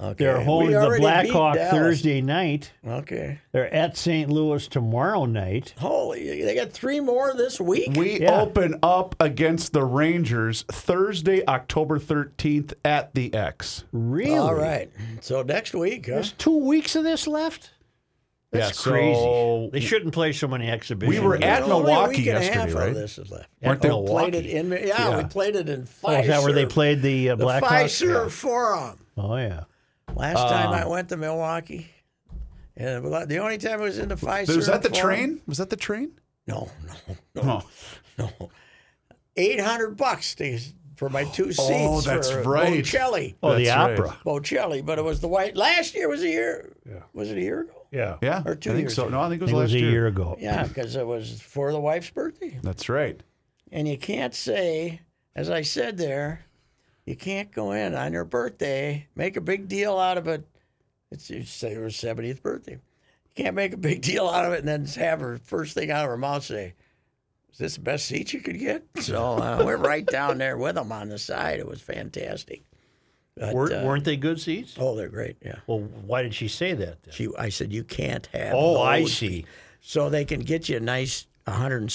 Speaker 3: okay.
Speaker 2: They're home
Speaker 3: we
Speaker 2: to the
Speaker 3: already beat
Speaker 2: Blackhawk
Speaker 3: Dallas.
Speaker 2: Thursday night.
Speaker 3: Okay.
Speaker 2: They're at St. Louis tomorrow night.
Speaker 3: Holy, they got three more this week.
Speaker 4: We
Speaker 2: Yeah.
Speaker 4: open up against the Rangers Thursday, October 13th at the X.
Speaker 2: Really?
Speaker 3: All right. So next week, huh?
Speaker 2: There's two weeks of this left?
Speaker 4: Yeah,
Speaker 2: That's
Speaker 4: so
Speaker 2: crazy. they shouldn't play so many exhibitions.
Speaker 4: We were
Speaker 2: games.
Speaker 4: at
Speaker 3: Only a week
Speaker 4: Milwaukee
Speaker 3: and a half
Speaker 4: yesterday,
Speaker 3: of
Speaker 4: right?
Speaker 3: This is left.
Speaker 4: Weren't
Speaker 2: At
Speaker 4: they
Speaker 3: Oh, Played it in. Yeah, we played it in
Speaker 2: Oh,
Speaker 3: Fiserv.
Speaker 2: is that where they played the uh,
Speaker 3: the
Speaker 2: Blackhawks?
Speaker 3: Fiserv Forum.
Speaker 2: Oh, yeah.
Speaker 3: Last time I went to Milwaukee, and it- the only time I was in the Fiserv.
Speaker 4: Was that the
Speaker 3: Forum-
Speaker 4: train? Was that the train?
Speaker 3: No, no, no,
Speaker 4: Oh,
Speaker 3: no. Eight hundred bucks to, for my two seats.
Speaker 4: Oh, that's
Speaker 3: for
Speaker 4: right.
Speaker 3: Bocelli,
Speaker 2: Oh, the
Speaker 4: That's right.
Speaker 2: opera.
Speaker 3: Bocelli, but it was the white. Last year was a year. Was it a year ago?
Speaker 2: Yeah.
Speaker 4: Yeah.
Speaker 3: Or two
Speaker 4: I think
Speaker 3: years
Speaker 4: so.
Speaker 3: ago.
Speaker 4: No, I think
Speaker 2: I
Speaker 4: it was
Speaker 2: think it
Speaker 4: last
Speaker 2: was a
Speaker 4: year.
Speaker 2: year ago.
Speaker 3: Yeah, because it was for the wife's birthday.
Speaker 4: That's right.
Speaker 3: And you can't say, as I said there, you can't go in on your birthday, make a big deal out of it. It's you say her 70th birthday. You can't make a big deal out of it and then have her first thing out of her mouth say, Is this the best seat you could get? So uh, we're right down there with them on the side. It was fantastic. But,
Speaker 2: Weren't,
Speaker 3: uh,
Speaker 2: weren't they good seats?
Speaker 3: oh, they're great. Yeah.
Speaker 2: Well, why did she say that then?
Speaker 3: She, I said, You can't have
Speaker 2: Oh, I
Speaker 3: those."
Speaker 2: see.
Speaker 3: So they can get you a nice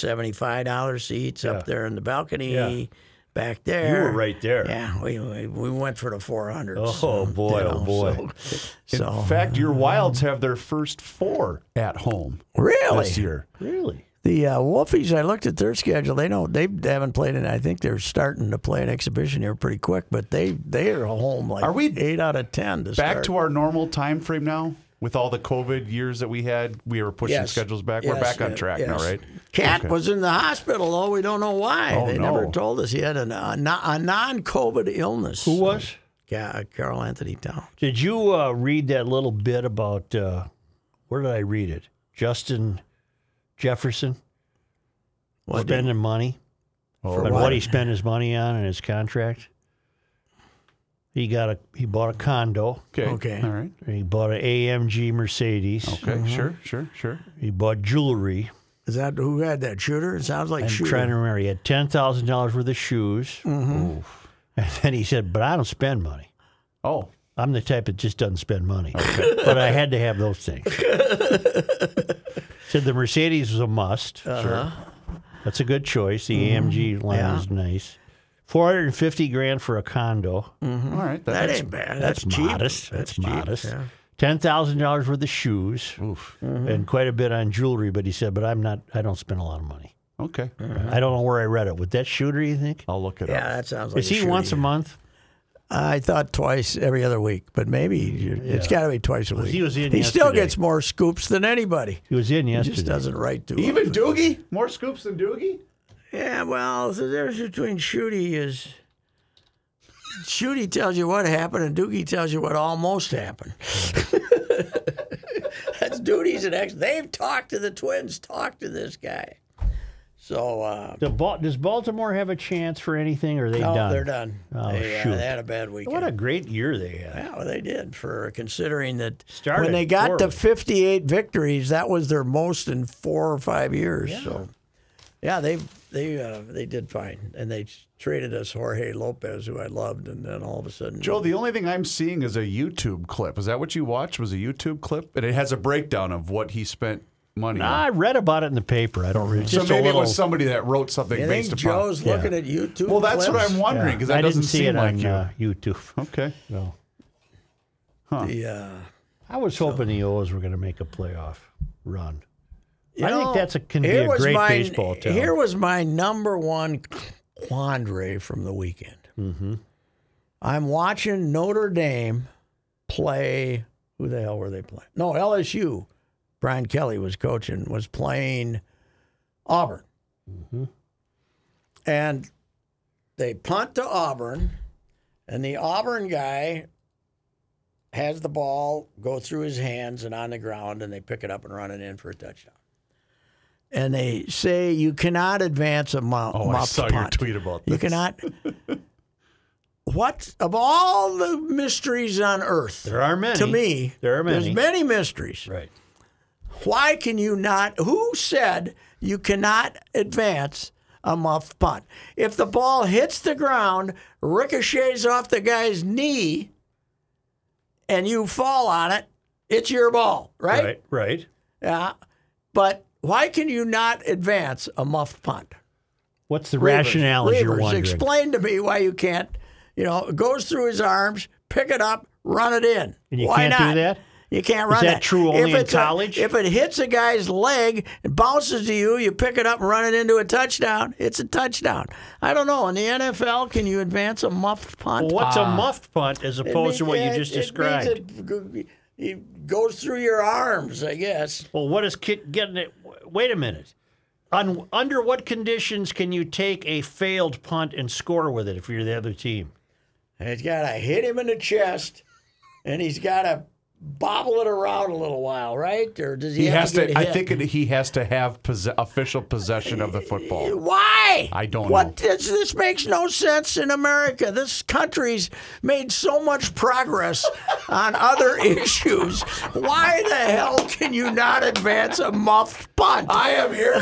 Speaker 3: $175 seats
Speaker 2: Yeah.
Speaker 3: up there in the balcony
Speaker 2: Yeah.
Speaker 3: back there.
Speaker 2: You were right there.
Speaker 3: Yeah, we, we, we went for the 400.
Speaker 2: Oh, boy, oh, boy.
Speaker 3: So,
Speaker 4: In
Speaker 3: so-
Speaker 4: fact,
Speaker 2: uh,
Speaker 4: your Wilds have their first four at home
Speaker 3: uh, Oh, really?
Speaker 4: this year.
Speaker 2: Really?
Speaker 3: The uh, Wolfies, I looked at their schedule. They don't. They haven't played, and I think they're starting to play an exhibition here pretty quick. But they they are home like
Speaker 4: Are we
Speaker 3: eight out of ten to
Speaker 4: Back
Speaker 3: start.
Speaker 4: to our normal time frame now. With all the COVID years that we had, we were pushing
Speaker 3: Yes.
Speaker 4: schedules back. We're
Speaker 3: Yes,
Speaker 4: back on
Speaker 3: uh,
Speaker 4: track now,
Speaker 3: yes.
Speaker 4: right?
Speaker 3: Cat
Speaker 4: Okay.
Speaker 3: was in the hospital though. We don't know why.
Speaker 4: Oh,
Speaker 3: they
Speaker 4: no.
Speaker 3: never told us he had an, a, non- a non-COVID illness.
Speaker 2: Who was?
Speaker 3: Yeah, Carol uh, Anthony Town.
Speaker 2: Did you uh, read that little bit about uh, where did I read it? Justin Jefferson
Speaker 3: What did-
Speaker 2: spending money
Speaker 4: Oh,
Speaker 2: and
Speaker 3: what?
Speaker 2: what he spent his money on and his contract. He got a he bought a condo.
Speaker 4: okay.
Speaker 3: Okay.
Speaker 4: All right.
Speaker 2: He bought an AMG Mercedes.
Speaker 4: Okay.
Speaker 3: Uh-huh.
Speaker 4: Sure. Sure. Sure.
Speaker 2: He bought jewelry.
Speaker 3: Is that who had that shooter? It sounds like
Speaker 2: I'm
Speaker 3: shooter.
Speaker 2: trying to remember. He had ten thousand dollars worth of shoes,
Speaker 3: Mm-hmm.
Speaker 4: Oof.
Speaker 2: and then he said, "But I don't spend money.
Speaker 4: Oh.
Speaker 2: I'm the type that just doesn't spend money. but I had to have those things." said the Mercedes was a must. Sure, that's a good choice. The AMG line is nice. Four hundred and fifty grand for a condo.
Speaker 4: All right.
Speaker 3: Uh-huh. That
Speaker 4: that's-
Speaker 3: ain't bad.
Speaker 2: That's,
Speaker 3: That's, cheap.
Speaker 2: modest. That's,
Speaker 3: cheap,
Speaker 2: modest.
Speaker 3: yeah.
Speaker 2: Ten thousand dollars worth of shoes, and quite a bit on jewelry. But he said, "But I'm not. I don't spend a lot of money.
Speaker 4: Okay.
Speaker 2: I don't know where I read it. With that shooter, you think?
Speaker 4: I'll look it up.
Speaker 3: Yeah, that sounds like.
Speaker 2: Is he
Speaker 3: shooter.
Speaker 2: once a month?
Speaker 3: I thought twice every other week, but maybe you- it's got to be twice a week.
Speaker 2: he was in
Speaker 3: still
Speaker 2: yesterday.
Speaker 3: gets more scoops than anybody.
Speaker 2: He was in
Speaker 3: He
Speaker 2: yesterday.
Speaker 3: just doesn't write to him.
Speaker 4: Even Doogie? More scoops than Doogie?
Speaker 3: Yeah, well, the difference between Shooty is Shooty tells you what happened, and Doogie tells you what almost happened. That's Doody's an ex. They've talked to the twins. Talked to this guy. So uh,
Speaker 2: The Bal- does Baltimore have a chance for anything, or are they
Speaker 3: no,
Speaker 2: done?
Speaker 3: they're done.
Speaker 2: Oh,
Speaker 3: they, uh,
Speaker 2: shoot.
Speaker 3: they had a bad weekend.
Speaker 2: What a great year they had.
Speaker 3: Yeah, well, they did for considering that
Speaker 2: Started
Speaker 3: when they got to
Speaker 2: forward.
Speaker 3: 58 victories, that was their most in four or five years. So, yeah, they they uh, they did fine, and they traded us Jorge Lopez, who I loved, and then all of a sudden,
Speaker 4: Joe, the only thing I'm seeing is a YouTube clip. Is that what you watched? Was a YouTube clip? And it has a breakdown of what he spent money
Speaker 2: Nah,
Speaker 4: on.
Speaker 2: I read about it in the paper. I don't read.
Speaker 4: So
Speaker 2: just a
Speaker 4: maybe
Speaker 2: little,
Speaker 4: it was somebody that wrote something
Speaker 3: you
Speaker 4: based
Speaker 3: think
Speaker 4: upon.
Speaker 3: Joe's looking at YouTube?
Speaker 4: well, that's what
Speaker 3: clips?
Speaker 4: I'm
Speaker 2: Yeah.
Speaker 4: wondering because that
Speaker 2: I
Speaker 4: doesn't
Speaker 2: didn't see it
Speaker 4: seem like
Speaker 2: on
Speaker 4: you.
Speaker 2: uh, YouTube.
Speaker 4: okay.
Speaker 2: No.
Speaker 3: The, uh,
Speaker 2: I was hoping the O's were going to make a playoff run.
Speaker 3: you
Speaker 2: I think
Speaker 3: know,
Speaker 2: that's a- can be
Speaker 3: here
Speaker 2: a
Speaker 3: was
Speaker 2: great
Speaker 3: my-
Speaker 2: baseball town.
Speaker 3: Here was my number one quandary from the weekend.
Speaker 2: Mm-hmm.
Speaker 3: I'm watching Notre Dame play. Who the hell were they playing? No, LSU. Brian Kelly was coaching. Was playing Auburn, and they punt to Auburn, and the Auburn guy has the ball go through his hands and on the ground, and they pick it up and run it in for a touchdown. And they say you cannot advance a mount.
Speaker 4: Oh, I saw your tweet about
Speaker 3: You
Speaker 4: this.
Speaker 3: cannot. what of all the mysteries on earth?
Speaker 2: There are many.
Speaker 3: To me,
Speaker 2: There are many.
Speaker 3: There's many mysteries.
Speaker 2: Right.
Speaker 3: Why can you not? Who said you cannot advance a muff punt? If the ball hits the ground, ricochets off the guy's knee, and you fall on it, it's your ball, right?
Speaker 2: Right. Right.
Speaker 3: Yeah. But why can you not advance a muff punt?
Speaker 2: What's the
Speaker 3: Reavers,
Speaker 2: rationale? Is you're
Speaker 3: Reavers,
Speaker 2: wondering.
Speaker 3: Explain to me why you can't. You know, it goes through his arms, pick it up, run it in.
Speaker 2: And you
Speaker 3: why
Speaker 2: can't do
Speaker 3: not?
Speaker 2: that?
Speaker 3: You can't run
Speaker 2: that true only in
Speaker 3: it's a-
Speaker 2: college?
Speaker 3: if it hits a guy's leg and bounces to you, you pick it up and run it into a touchdown. It's a touchdown. I don't know. In the NFL, can you advance a muffed punt?
Speaker 2: Well, what's a muffed punt as
Speaker 3: Ah. It
Speaker 2: opposed to
Speaker 3: mean-
Speaker 2: what
Speaker 3: yeah,
Speaker 2: you just
Speaker 3: it means
Speaker 2: described?
Speaker 3: It, it goes through your arms, I guess.
Speaker 2: Well, what is kick getting it? Wait a minute. On, under what conditions can you take a failed punt and score with it if you're the other team?
Speaker 3: And he's got to hit him in the chest, and he's got to bobble it around a little while, right? Or does he,
Speaker 4: He
Speaker 3: have
Speaker 4: has
Speaker 3: to?
Speaker 4: to.
Speaker 3: get
Speaker 4: I
Speaker 3: hit?
Speaker 4: think it, he has to have pose- official possession of the football.
Speaker 3: Why?
Speaker 4: I don't
Speaker 3: What this, this makes no sense in America. This country's made so much progress on other issues. Why the hell can you not advance a muff punt?
Speaker 4: I am here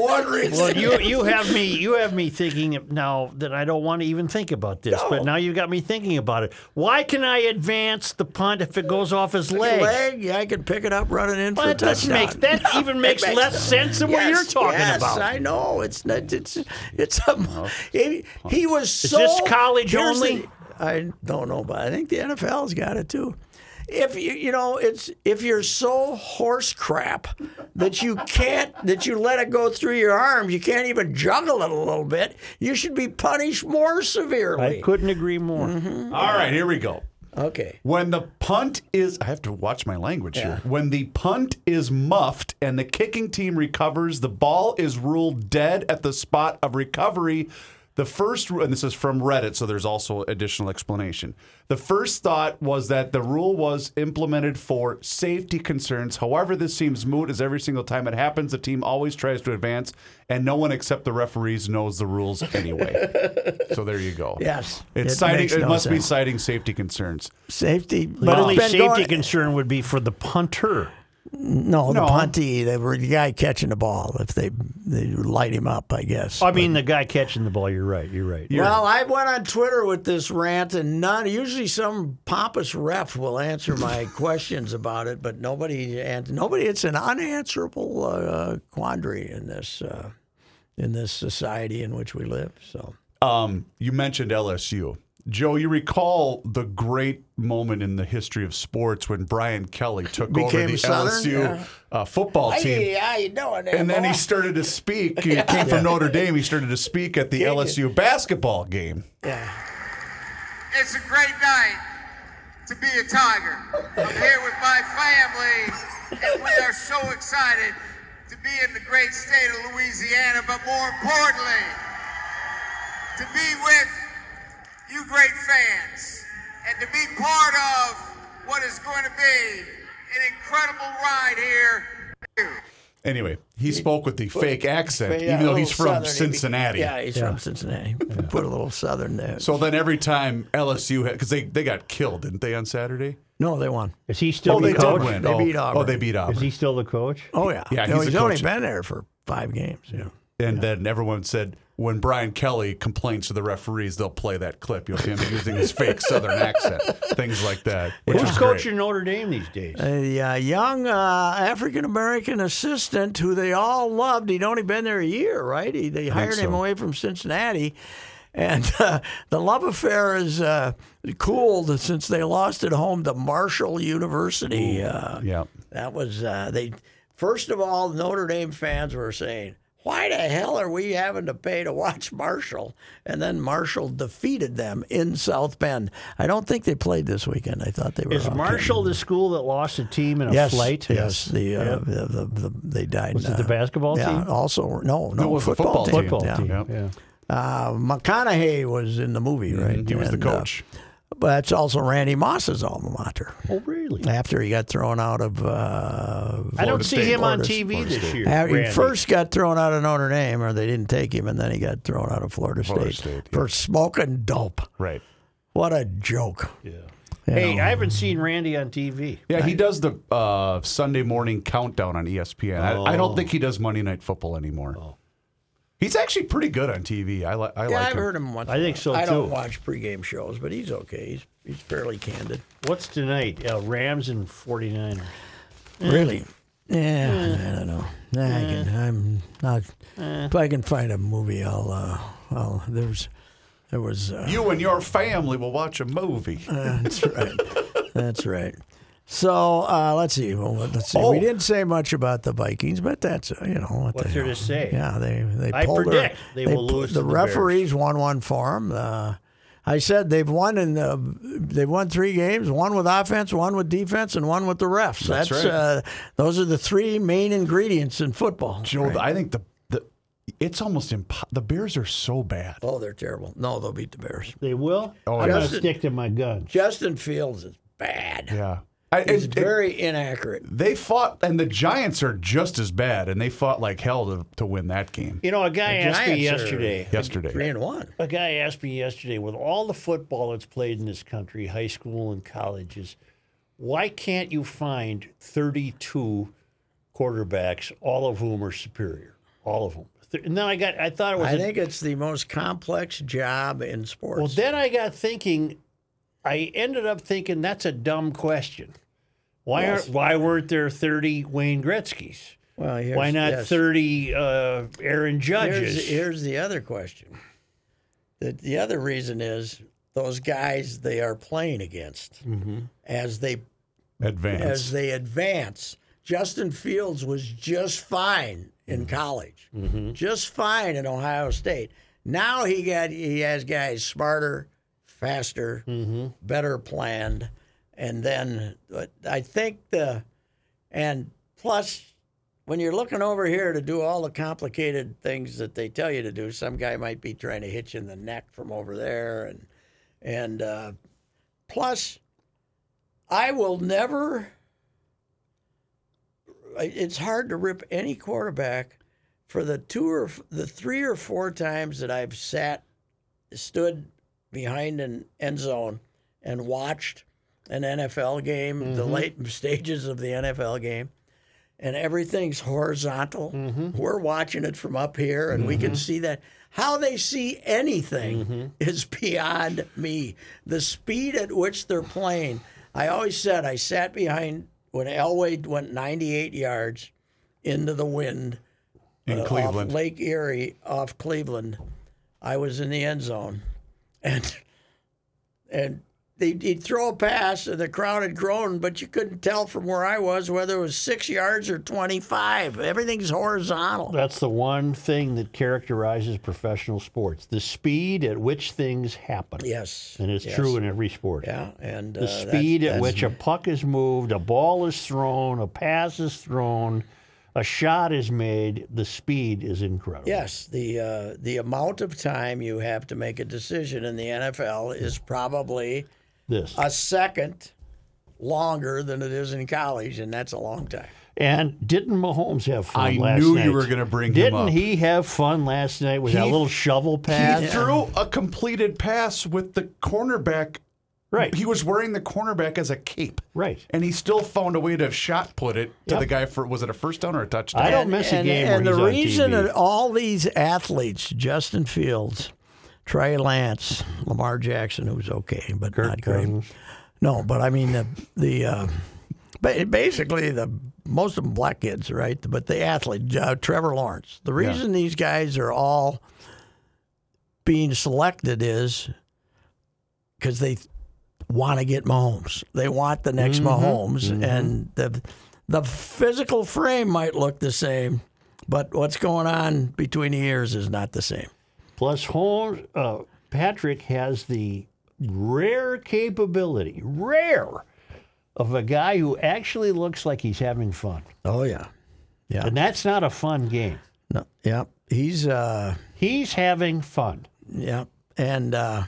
Speaker 4: one reason.
Speaker 2: Well, you you have me you have me thinking now that I don't want to even think about this, but now you've got me thinking about it. Why can I advance the punt if it goes off his leg?
Speaker 3: leg, yeah, I can pick it up, run it in
Speaker 2: Well,
Speaker 3: for a
Speaker 2: that doesn't make
Speaker 3: touchdown.
Speaker 2: that even makes,
Speaker 3: makes
Speaker 2: less sense than what you're talking
Speaker 3: yes,
Speaker 2: about.
Speaker 3: I know it's not. It's it's a. He, he was so.
Speaker 2: this college
Speaker 3: here's the-
Speaker 2: only?
Speaker 3: I don't know, but I think the NFL's got it too. If you you know it's if you're so horse crap that you can't that you let it go through your arms, you can't even juggle it a little bit. You should be punished more
Speaker 2: I
Speaker 3: severely.
Speaker 2: couldn't agree more.
Speaker 3: Mm-hmm.
Speaker 4: All right, here we go.
Speaker 3: Okay.
Speaker 4: When the punt is, I have to watch my language here. When the punt is muffed and the kicking team recovers, the ball is ruled dead at the spot of recovery. The first, and this is from Reddit, so there's also additional explanation. The first thought was that the rule was implemented for safety concerns. However, this seems moot as every single time it happens, the team always tries to advance, and no one except the referees knows the rules anyway. so there you go.
Speaker 3: Yes.
Speaker 4: It's
Speaker 3: It
Speaker 4: citing,
Speaker 3: makes
Speaker 4: it
Speaker 3: no
Speaker 4: must be
Speaker 3: sense.
Speaker 4: citing safety concerns.
Speaker 3: Safety,
Speaker 2: But only
Speaker 3: it's been
Speaker 2: safety
Speaker 3: going-
Speaker 2: concern would be for the punter.
Speaker 3: No, the
Speaker 4: No.
Speaker 3: puntee, the the guy catching the ball. If they they light him up, I guess.
Speaker 2: I mean, the guy catching the ball. You're right. You're right.
Speaker 3: Well, I went on Twitter with this rant, and none. Usually, some pompous ref will answer my questions about it, but nobody. And nobody. It's an unanswerable uh, quandary in this uh, in this society in which we live. So
Speaker 4: Um, you mentioned LSU. Joe, you recall the great moment in the history of sports when Brian Kelly took over
Speaker 3: Became
Speaker 4: the
Speaker 3: Southern,
Speaker 4: LSU
Speaker 3: yeah.
Speaker 4: uh, football team.
Speaker 3: how you doing?
Speaker 4: and then he started to speak. He came from Notre Dame. He started to speak at the LSU basketball game.
Speaker 5: It's a great night to be a Tiger. I'm here with my family, and we are so excited to be in the great state of Louisiana, but more importantly, to be with you great fans and to be part of what is going to be an incredible ride here.
Speaker 4: Anyway, he spoke with the fake accent, even
Speaker 3: oh,
Speaker 4: though he's from Cincinnati.
Speaker 3: yeah, he's from Cincinnati. Put a little southern there.
Speaker 4: So then every time LSU had, because they, they got killed, didn't they, on Saturday?
Speaker 3: no, they won.
Speaker 2: Is he still
Speaker 4: oh, they
Speaker 2: the coach?
Speaker 4: did win.
Speaker 3: They
Speaker 4: oh,
Speaker 3: beat
Speaker 4: oh, they
Speaker 3: Auburn.
Speaker 4: beat Auburn.
Speaker 2: Is he still the coach?
Speaker 3: Oh yeah,
Speaker 4: Yeah,
Speaker 3: No,
Speaker 4: he's
Speaker 3: he's,
Speaker 4: the
Speaker 3: only
Speaker 4: coach.
Speaker 3: been there for five games. Yeah.
Speaker 4: And then everyone said, when Brian Kelly complains to the referees, they'll play that clip. You'll see him using his fake Southern accent, things like that. Which
Speaker 2: Who's
Speaker 4: is great.
Speaker 2: coaching Notre Dame these days?
Speaker 3: a uh, young uh, African American assistant who they all loved. He'd only been there a year, right? He, they hired him
Speaker 4: so.
Speaker 3: away from Cincinnati. And uh, the love affair is uh, cooled since they lost at home to Marshall University. Uh,
Speaker 4: Yeah.
Speaker 3: that was uh, they. First of all, Notre Dame fans were saying, "Why the hell are we having to pay to watch Marshall?" And then Marshall defeated them in South Bend. I don't think they played this weekend. I thought they were.
Speaker 2: Is
Speaker 3: okay.
Speaker 2: Marshall the school that lost a team in a
Speaker 3: Yes,
Speaker 2: flight?
Speaker 3: Yes, the, uh, the, the, the they died. Was
Speaker 2: it the basketball
Speaker 3: yeah,
Speaker 2: team?
Speaker 3: Also, no, no,
Speaker 4: it was the
Speaker 3: football,
Speaker 4: football
Speaker 3: team.
Speaker 2: Football
Speaker 3: yeah.
Speaker 2: team.
Speaker 4: Yep.
Speaker 2: Yeah.
Speaker 3: Uh, McConaughey was in the movie, right?
Speaker 4: Mm-hmm. He was the
Speaker 3: And, uh,
Speaker 4: coach.
Speaker 3: but that's also Randy Moss's alma mater.
Speaker 2: Oh, really?
Speaker 3: After he got thrown out of, uh,
Speaker 2: I don't see
Speaker 4: State.
Speaker 2: him on
Speaker 3: Florida
Speaker 2: TV
Speaker 4: State.
Speaker 2: this year.
Speaker 3: after he
Speaker 2: Randy.
Speaker 3: first got thrown out of Notre Dame, or they didn't take him, and then he got thrown out of Florida,
Speaker 4: Florida State, yeah.
Speaker 3: for smoking dope.
Speaker 4: right.
Speaker 3: What a joke! Yeah.
Speaker 2: Hey, I haven't seen Randy on TV.
Speaker 4: Yeah, he does the uh, Sunday morning countdown on E ESPN. I, I don't
Speaker 3: Oh.
Speaker 4: think he does Monday Night Football anymore. He's actually pretty good on TV. I, li- I
Speaker 3: yeah,
Speaker 4: like
Speaker 3: I've
Speaker 4: him.
Speaker 3: heard him once.
Speaker 2: I think so,
Speaker 3: I don't
Speaker 2: too.
Speaker 3: watch pregame shows, but he's okay. He's he's fairly candid.
Speaker 2: What's tonight? Uh, Rams and 49ers.
Speaker 3: Really? Yeah, I don't know. Nah, I can, I'm not. If I can find a movie, I'll. Uh, I'll there's, there was. Uh,
Speaker 4: You and your family will watch a movie.
Speaker 3: that's right. That's right. So uh, let's see. Well, what- let's see. We
Speaker 4: Oh.
Speaker 3: didn't say much about the Vikings, but that's uh, you know what
Speaker 2: What's
Speaker 3: the
Speaker 2: there
Speaker 3: hell.
Speaker 2: to say?
Speaker 3: Yeah, they they
Speaker 2: I
Speaker 3: pulled
Speaker 2: predict
Speaker 3: their,
Speaker 2: they will
Speaker 3: pu-
Speaker 2: lose
Speaker 3: The
Speaker 2: to the
Speaker 3: referees won one for them. Uh, I said they've won in the they won three games, one with offense, one with defense, and one with the refs. That's,
Speaker 4: right.
Speaker 3: uh, those are the three main ingredients in football.
Speaker 4: Joe, I think the, the it's almost impo- the Bears are so bad.
Speaker 3: Oh, they're terrible. No, they'll beat the Bears.
Speaker 2: They will?
Speaker 4: Oh,
Speaker 2: I'm
Speaker 4: yeah.
Speaker 2: going to stick to my guns.
Speaker 3: Justin Fields is bad.
Speaker 4: Yeah. I,
Speaker 3: It's
Speaker 4: it- it-
Speaker 3: very inaccurate.
Speaker 4: they fought, and the Giants are just as bad, and they fought like hell to, to win that game
Speaker 2: You know, a guy
Speaker 3: The
Speaker 2: asked me
Speaker 3: Giants are-
Speaker 2: yesterday.
Speaker 3: Three
Speaker 4: yesterday.
Speaker 3: and one.
Speaker 2: A guy asked me yesterday, with all the football that's played in this country, high school and colleges, why can't you find 32 quarterbacks, all of whom are superior? All of them. Th- And then I got, I thought it was
Speaker 3: I
Speaker 2: a-
Speaker 3: think it's the most complex job in sports.
Speaker 2: Well, then I got thinking. I ended up thinking that's a dumb question. Why aren't why weren't there thirty Wayne Gretzky's?
Speaker 3: Well, here's-
Speaker 2: why not
Speaker 3: yes.
Speaker 2: thirty uh, Aaron Judges?
Speaker 3: Here's, here's the other question. The, the other reason is those guys they are playing against as they as
Speaker 4: Advance.
Speaker 3: they advance. Justin Fields was just fine in college, just fine in Ohio State. Now he got he has guys smarter, faster, better planned, and then but I think the and plus when you're looking over here to do all the complicated things that they tell you to do, some guy might be trying to hit you in the neck from over there, and and uh, plus. I will never. It's hard to rip any quarterback for the two or f- the three or four times that I've sat, stood behind an end zone and watched an NFL game, the late stages of the NFL game, and everything's horizontal. We're watching it from up here, and we can see that. How they see anything is beyond me. The speed at which they're playing. I always said I sat behind when Elway went 98 yards into the wind
Speaker 4: in
Speaker 3: uh,
Speaker 4: Cleveland.
Speaker 3: off Lake Erie, off Cleveland. I was in the end zone, and and they'd, he'd throw a pass, and the crowd had grown, but you couldn't tell from where I was whether it was six yards or twenty-five. Everything's horizontal.
Speaker 2: That's the one thing that characterizes professional sports: the speed at which things happen.
Speaker 3: Yes,
Speaker 2: and it's
Speaker 3: yes.
Speaker 2: true in every sport.
Speaker 3: Yeah, and uh,
Speaker 2: The
Speaker 3: that-
Speaker 2: speed at
Speaker 3: that's-
Speaker 2: which a puck is moved, a ball is thrown, a pass is thrown, a shot is made. The speed is incredible.
Speaker 3: Yes, the uh, the amount of time you have to make a decision in the NFL is probably
Speaker 2: This.
Speaker 3: a second longer than it is in college, and that's a long time.
Speaker 2: And didn't Mahomes have fun
Speaker 4: I
Speaker 2: last night?
Speaker 4: knew you were gonna bring him
Speaker 2: didn't
Speaker 4: up.
Speaker 2: he have fun last night with that
Speaker 4: He-
Speaker 2: little shovel pass?
Speaker 4: He threw a completed pass with the cornerback.
Speaker 2: Right,
Speaker 4: He was wearing the cornerback as a cape.
Speaker 2: right.
Speaker 4: And he still found a way to shot put it to
Speaker 2: Yep.
Speaker 4: the guy for was it a first down or a touchdown?
Speaker 2: I don't miss a game
Speaker 3: And
Speaker 2: where
Speaker 3: the
Speaker 2: he's on
Speaker 3: reason
Speaker 2: TV.
Speaker 3: that all these athletes, Justin Fields, Trey Lance, Lamar Jackson, who's okay, but not great. No, but I mean the the uh, ba- basically the most of them black kids, right? But the athlete, uh, Trevor Lawrence. The reason these guys are all being selected is because they want to get Mahomes. They want the next Mahomes, and the the physical frame might look the same, but what's going on between the ears is not the same.
Speaker 2: Plus, Holmes, uh, Patrick has the rare capability, rare, of a guy who actually looks like he's having fun,
Speaker 3: Oh yeah, yeah,
Speaker 2: and that's not a fun game.
Speaker 3: no, yeah. He's uh,
Speaker 2: He's having fun.
Speaker 3: yeah, and uh,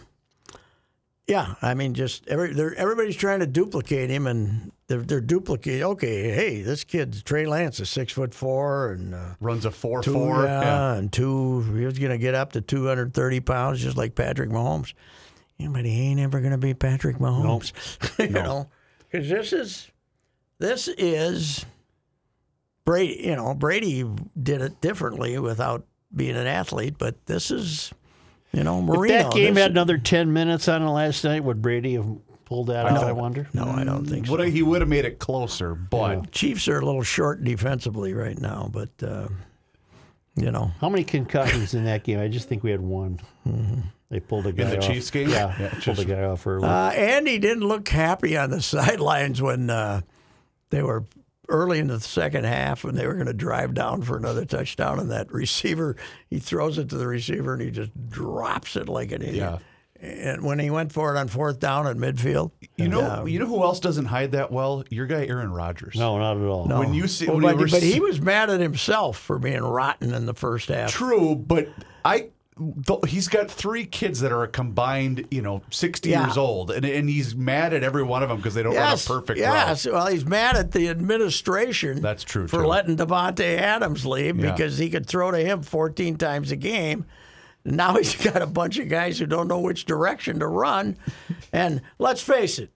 Speaker 3: yeah. I mean, just every they're, everybody's trying to duplicate him, and they're, they're duplicate. Okay, hey, this kid's Trey Lance is six foot four, and. Uh,
Speaker 4: Runs a four
Speaker 3: Two,
Speaker 4: four.
Speaker 3: yeah,
Speaker 4: Yeah.
Speaker 3: and two. He was going to get up to 230 pounds, just like Patrick Mahomes. Yeah, but he ain't ever going to be Patrick Mahomes. you know, because this is this is Brady. You know, Brady did it differently without being an athlete, but this is you know
Speaker 2: If
Speaker 3: Marino.
Speaker 2: that game
Speaker 3: this-
Speaker 2: had another ten minutes on it last night, would Brady have pulled that out? I wonder.
Speaker 3: no, I don't think so.
Speaker 4: Would he would have made it closer, but
Speaker 3: Chiefs are a little short defensively right now, but uh, you know,
Speaker 2: How many concussions in that game? I just think we had one. They pulled a guy
Speaker 4: the
Speaker 2: off.
Speaker 4: Chiefs game?
Speaker 2: Yeah,
Speaker 4: Yeah,
Speaker 2: pulled a guy off early.
Speaker 3: Mm-hmm. Uh, Andy didn't look happy on the sidelines when uh, they were early in the second half when they were going to drive down for another touchdown, and that receiver he throws it to the receiver and he just drops it like an idiot. And when he went for it on fourth down at midfield,
Speaker 4: you know you know who else doesn't hide that well? Your guy Aaron Rodgers.
Speaker 2: no, not at all.
Speaker 4: When you see
Speaker 3: Well,
Speaker 4: when you
Speaker 3: Oh, but,
Speaker 4: were
Speaker 3: but
Speaker 4: s-
Speaker 3: he was mad at himself for being rotten in the first half.
Speaker 4: True, but I th- he's got three kids that are a combined, you know, 60
Speaker 3: Yeah.
Speaker 4: years old, and, and he's mad at every one of them because they don't
Speaker 3: Yes,
Speaker 4: run a perfect
Speaker 3: yes.
Speaker 4: route.
Speaker 3: Well, he's mad at the administration.
Speaker 4: That's true,
Speaker 3: for
Speaker 4: too.
Speaker 3: letting Devontae Adams leave
Speaker 4: Yeah.
Speaker 3: because he could throw to him 14 times a game. Now he's got a bunch of guys who don't know which direction to run. and let's face it,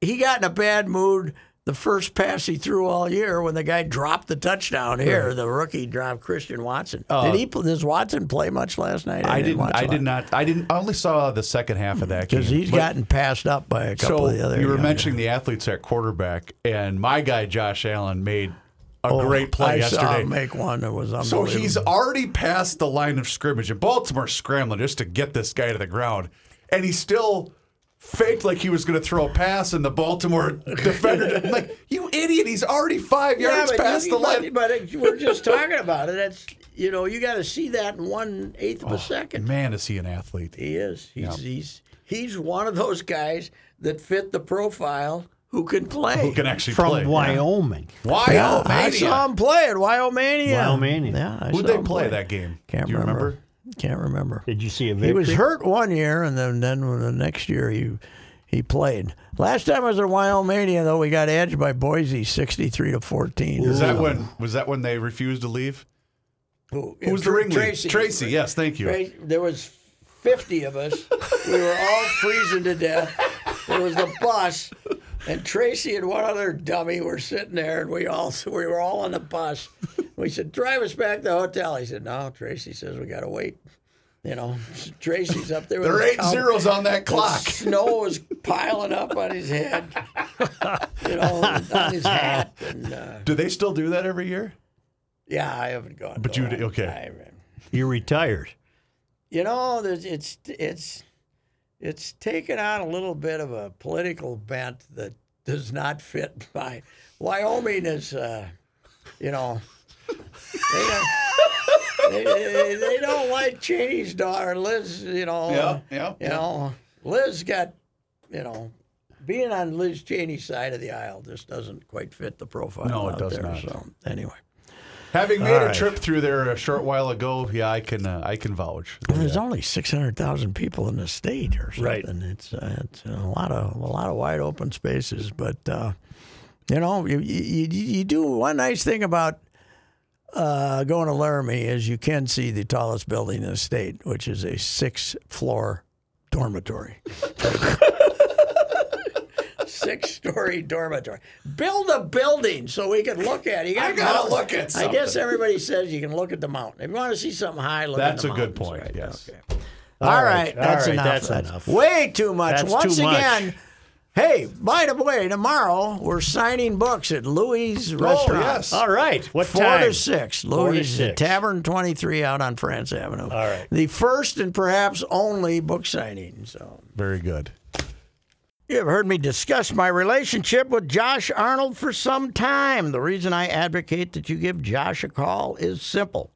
Speaker 3: he got in a bad mood the first pass he threw all year when the guy dropped the touchdown here. The rookie dropped Christian Watson. did he? pl- Does Watson play much last night?
Speaker 4: Uh, I didn't.
Speaker 3: watch a
Speaker 4: I
Speaker 3: lot.
Speaker 4: did not. I didn't. I only saw the second half of that game
Speaker 3: Because he's
Speaker 4: but-
Speaker 3: gotten passed up by a couple
Speaker 4: So
Speaker 3: of the other.
Speaker 4: you were
Speaker 3: young guys.
Speaker 4: mentioning the athletes at quarterback, and my guy Josh Allen made a
Speaker 3: Oh,
Speaker 4: great
Speaker 3: I
Speaker 4: play yesterday.
Speaker 3: Saw him make one that was
Speaker 4: So
Speaker 3: unbelievable.
Speaker 4: he's already past the line of scrimmage, and Baltimore's scrambling just to get this guy to the ground, and he still faked like he was going to throw a pass, and the Baltimore defender I'm like, "You idiot! He's already five yards past the line."
Speaker 3: But it- we're just talking about it. That's you know you got to see that in one eighth of a second.
Speaker 4: Oh, Man, is he an athlete?
Speaker 3: He is. He's he's he's one of those guys that fit the profile who can play.
Speaker 4: Who can actually
Speaker 2: From
Speaker 4: play?
Speaker 2: Wyoming.
Speaker 4: Why?
Speaker 3: Yeah,
Speaker 4: oh,
Speaker 3: I
Speaker 4: man.
Speaker 3: saw him play at Wyomania.
Speaker 2: Wyomania.
Speaker 3: Yeah, I
Speaker 4: Who'd
Speaker 3: saw
Speaker 4: they
Speaker 3: him
Speaker 4: play that game?
Speaker 3: Can't
Speaker 4: Do you remember?
Speaker 3: Can't remember.
Speaker 2: Did you see a victory?
Speaker 3: He was hurt one year, and then then the next year he he played. Last time I was at Wyomania, though, we got edged by Boise, sixty-three to fourteen.
Speaker 4: Is that when? Was that when they refused to leave?
Speaker 3: Who,
Speaker 4: Who was the ringleader? Tracy. yes, thank you.
Speaker 3: Tracy. There was fifty of us. we were all freezing to death. There was the bus, and Tracy and one other dummy were sitting there, and we all we were all on the bus. We said, "Drive us back to the hotel." He said, "No." Tracy says, "We got to wait." You know, Tracy's up there. With
Speaker 4: There are
Speaker 3: his
Speaker 4: eight
Speaker 3: cowboy-
Speaker 4: zeros on that
Speaker 3: The
Speaker 4: clock.
Speaker 3: Snow was piling up on his head, you know, on his hat. And, uh,
Speaker 4: Do they still do that every year?
Speaker 3: yeah, I haven't gone.
Speaker 4: But
Speaker 3: to
Speaker 4: you
Speaker 3: that.
Speaker 4: d- okay.
Speaker 3: I haven't.
Speaker 2: you retired.
Speaker 3: you know, there's, it's it's it's taken on a little bit of a political bent that does not fit my Wyoming is, uh, you know, they don't, they, they- they don't like Cheney's daughter Liz. You know,
Speaker 4: Yeah, yeah,
Speaker 3: you know, Liz got, you know. Being on Liz Cheney's side of the aisle just doesn't quite fit the profile.
Speaker 4: No, it
Speaker 3: out
Speaker 4: does
Speaker 3: there,
Speaker 4: not.
Speaker 3: So anyway,
Speaker 4: Having made a
Speaker 2: right.
Speaker 4: trip through there a short while ago, yeah, I can uh, I can vouch.
Speaker 3: There's only six hundred thousand people in the state, or something.
Speaker 2: Right.
Speaker 3: It's, uh, it's a lot of a lot of wide open spaces, but uh, you know, you, you you you do one nice thing about uh, going to Laramie is you can see the tallest building in the state, which is a six floor dormitory. Six story dormitory. Build a building so we can look at it. You got
Speaker 4: I gotta
Speaker 3: mountains.
Speaker 4: look at
Speaker 3: I
Speaker 4: something.
Speaker 3: guess everybody says you can look at the mountain. If you want to see something high, look
Speaker 4: That's a
Speaker 3: at the
Speaker 4: good
Speaker 3: mountains,
Speaker 4: point.
Speaker 3: right?
Speaker 4: Yes.
Speaker 3: All
Speaker 2: right,
Speaker 3: right, that's
Speaker 2: all right,
Speaker 3: enough.
Speaker 2: that's enough.
Speaker 3: Way too much.
Speaker 2: That's
Speaker 3: Once
Speaker 2: too much.
Speaker 3: again, hey, by the way, tomorrow we're signing books at Louis' restaurant.
Speaker 4: yes.
Speaker 2: All right. What
Speaker 3: Oh, Four
Speaker 2: time?
Speaker 3: to six.
Speaker 2: Four to
Speaker 3: Louis'
Speaker 2: six.
Speaker 3: Tavern 23 out on France Avenue. All
Speaker 2: right.
Speaker 3: The first and perhaps only book signing. So
Speaker 4: Very good.
Speaker 3: you have heard me discuss my relationship with Josh Arnold for some time. The reason I advocate that you give Josh a call is simple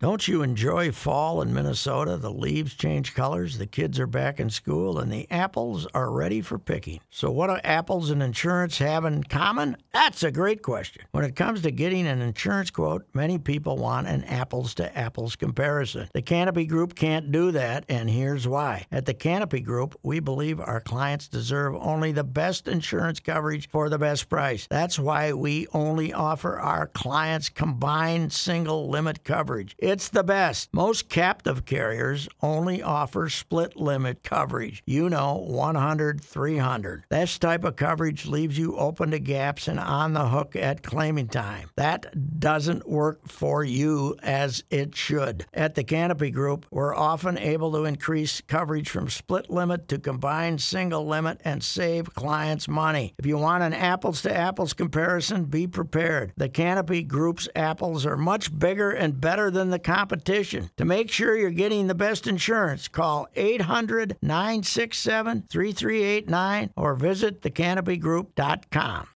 Speaker 3: Don't you enjoy fall in Minnesota? The leaves change colors, the kids are back in school, and the apples are ready for picking. So, what do apples and insurance have in common? That's a great question. When it comes to getting an insurance quote, many people want an apples to apples comparison. The Canopy Group can't do that, and here's why. At the Canopy Group, we believe our clients deserve only the best insurance coverage for the best price. That's why we only offer our clients combined single limit coverage. It It's the best. Most captive carriers only offer split limit coverage. You know, 100, 300. This type of coverage leaves you open to gaps and on the hook at claiming time. That doesn't work for you as it should. At the Canopy Group, we're often able to increase coverage from split limit to combined single limit and save clients money. If you want an apples to apples comparison, be prepared. The Canopy Group's apples are much bigger and better than the competition. To make sure you're getting the best insurance, call 800 967 3389 or visit thecanopygroup.com.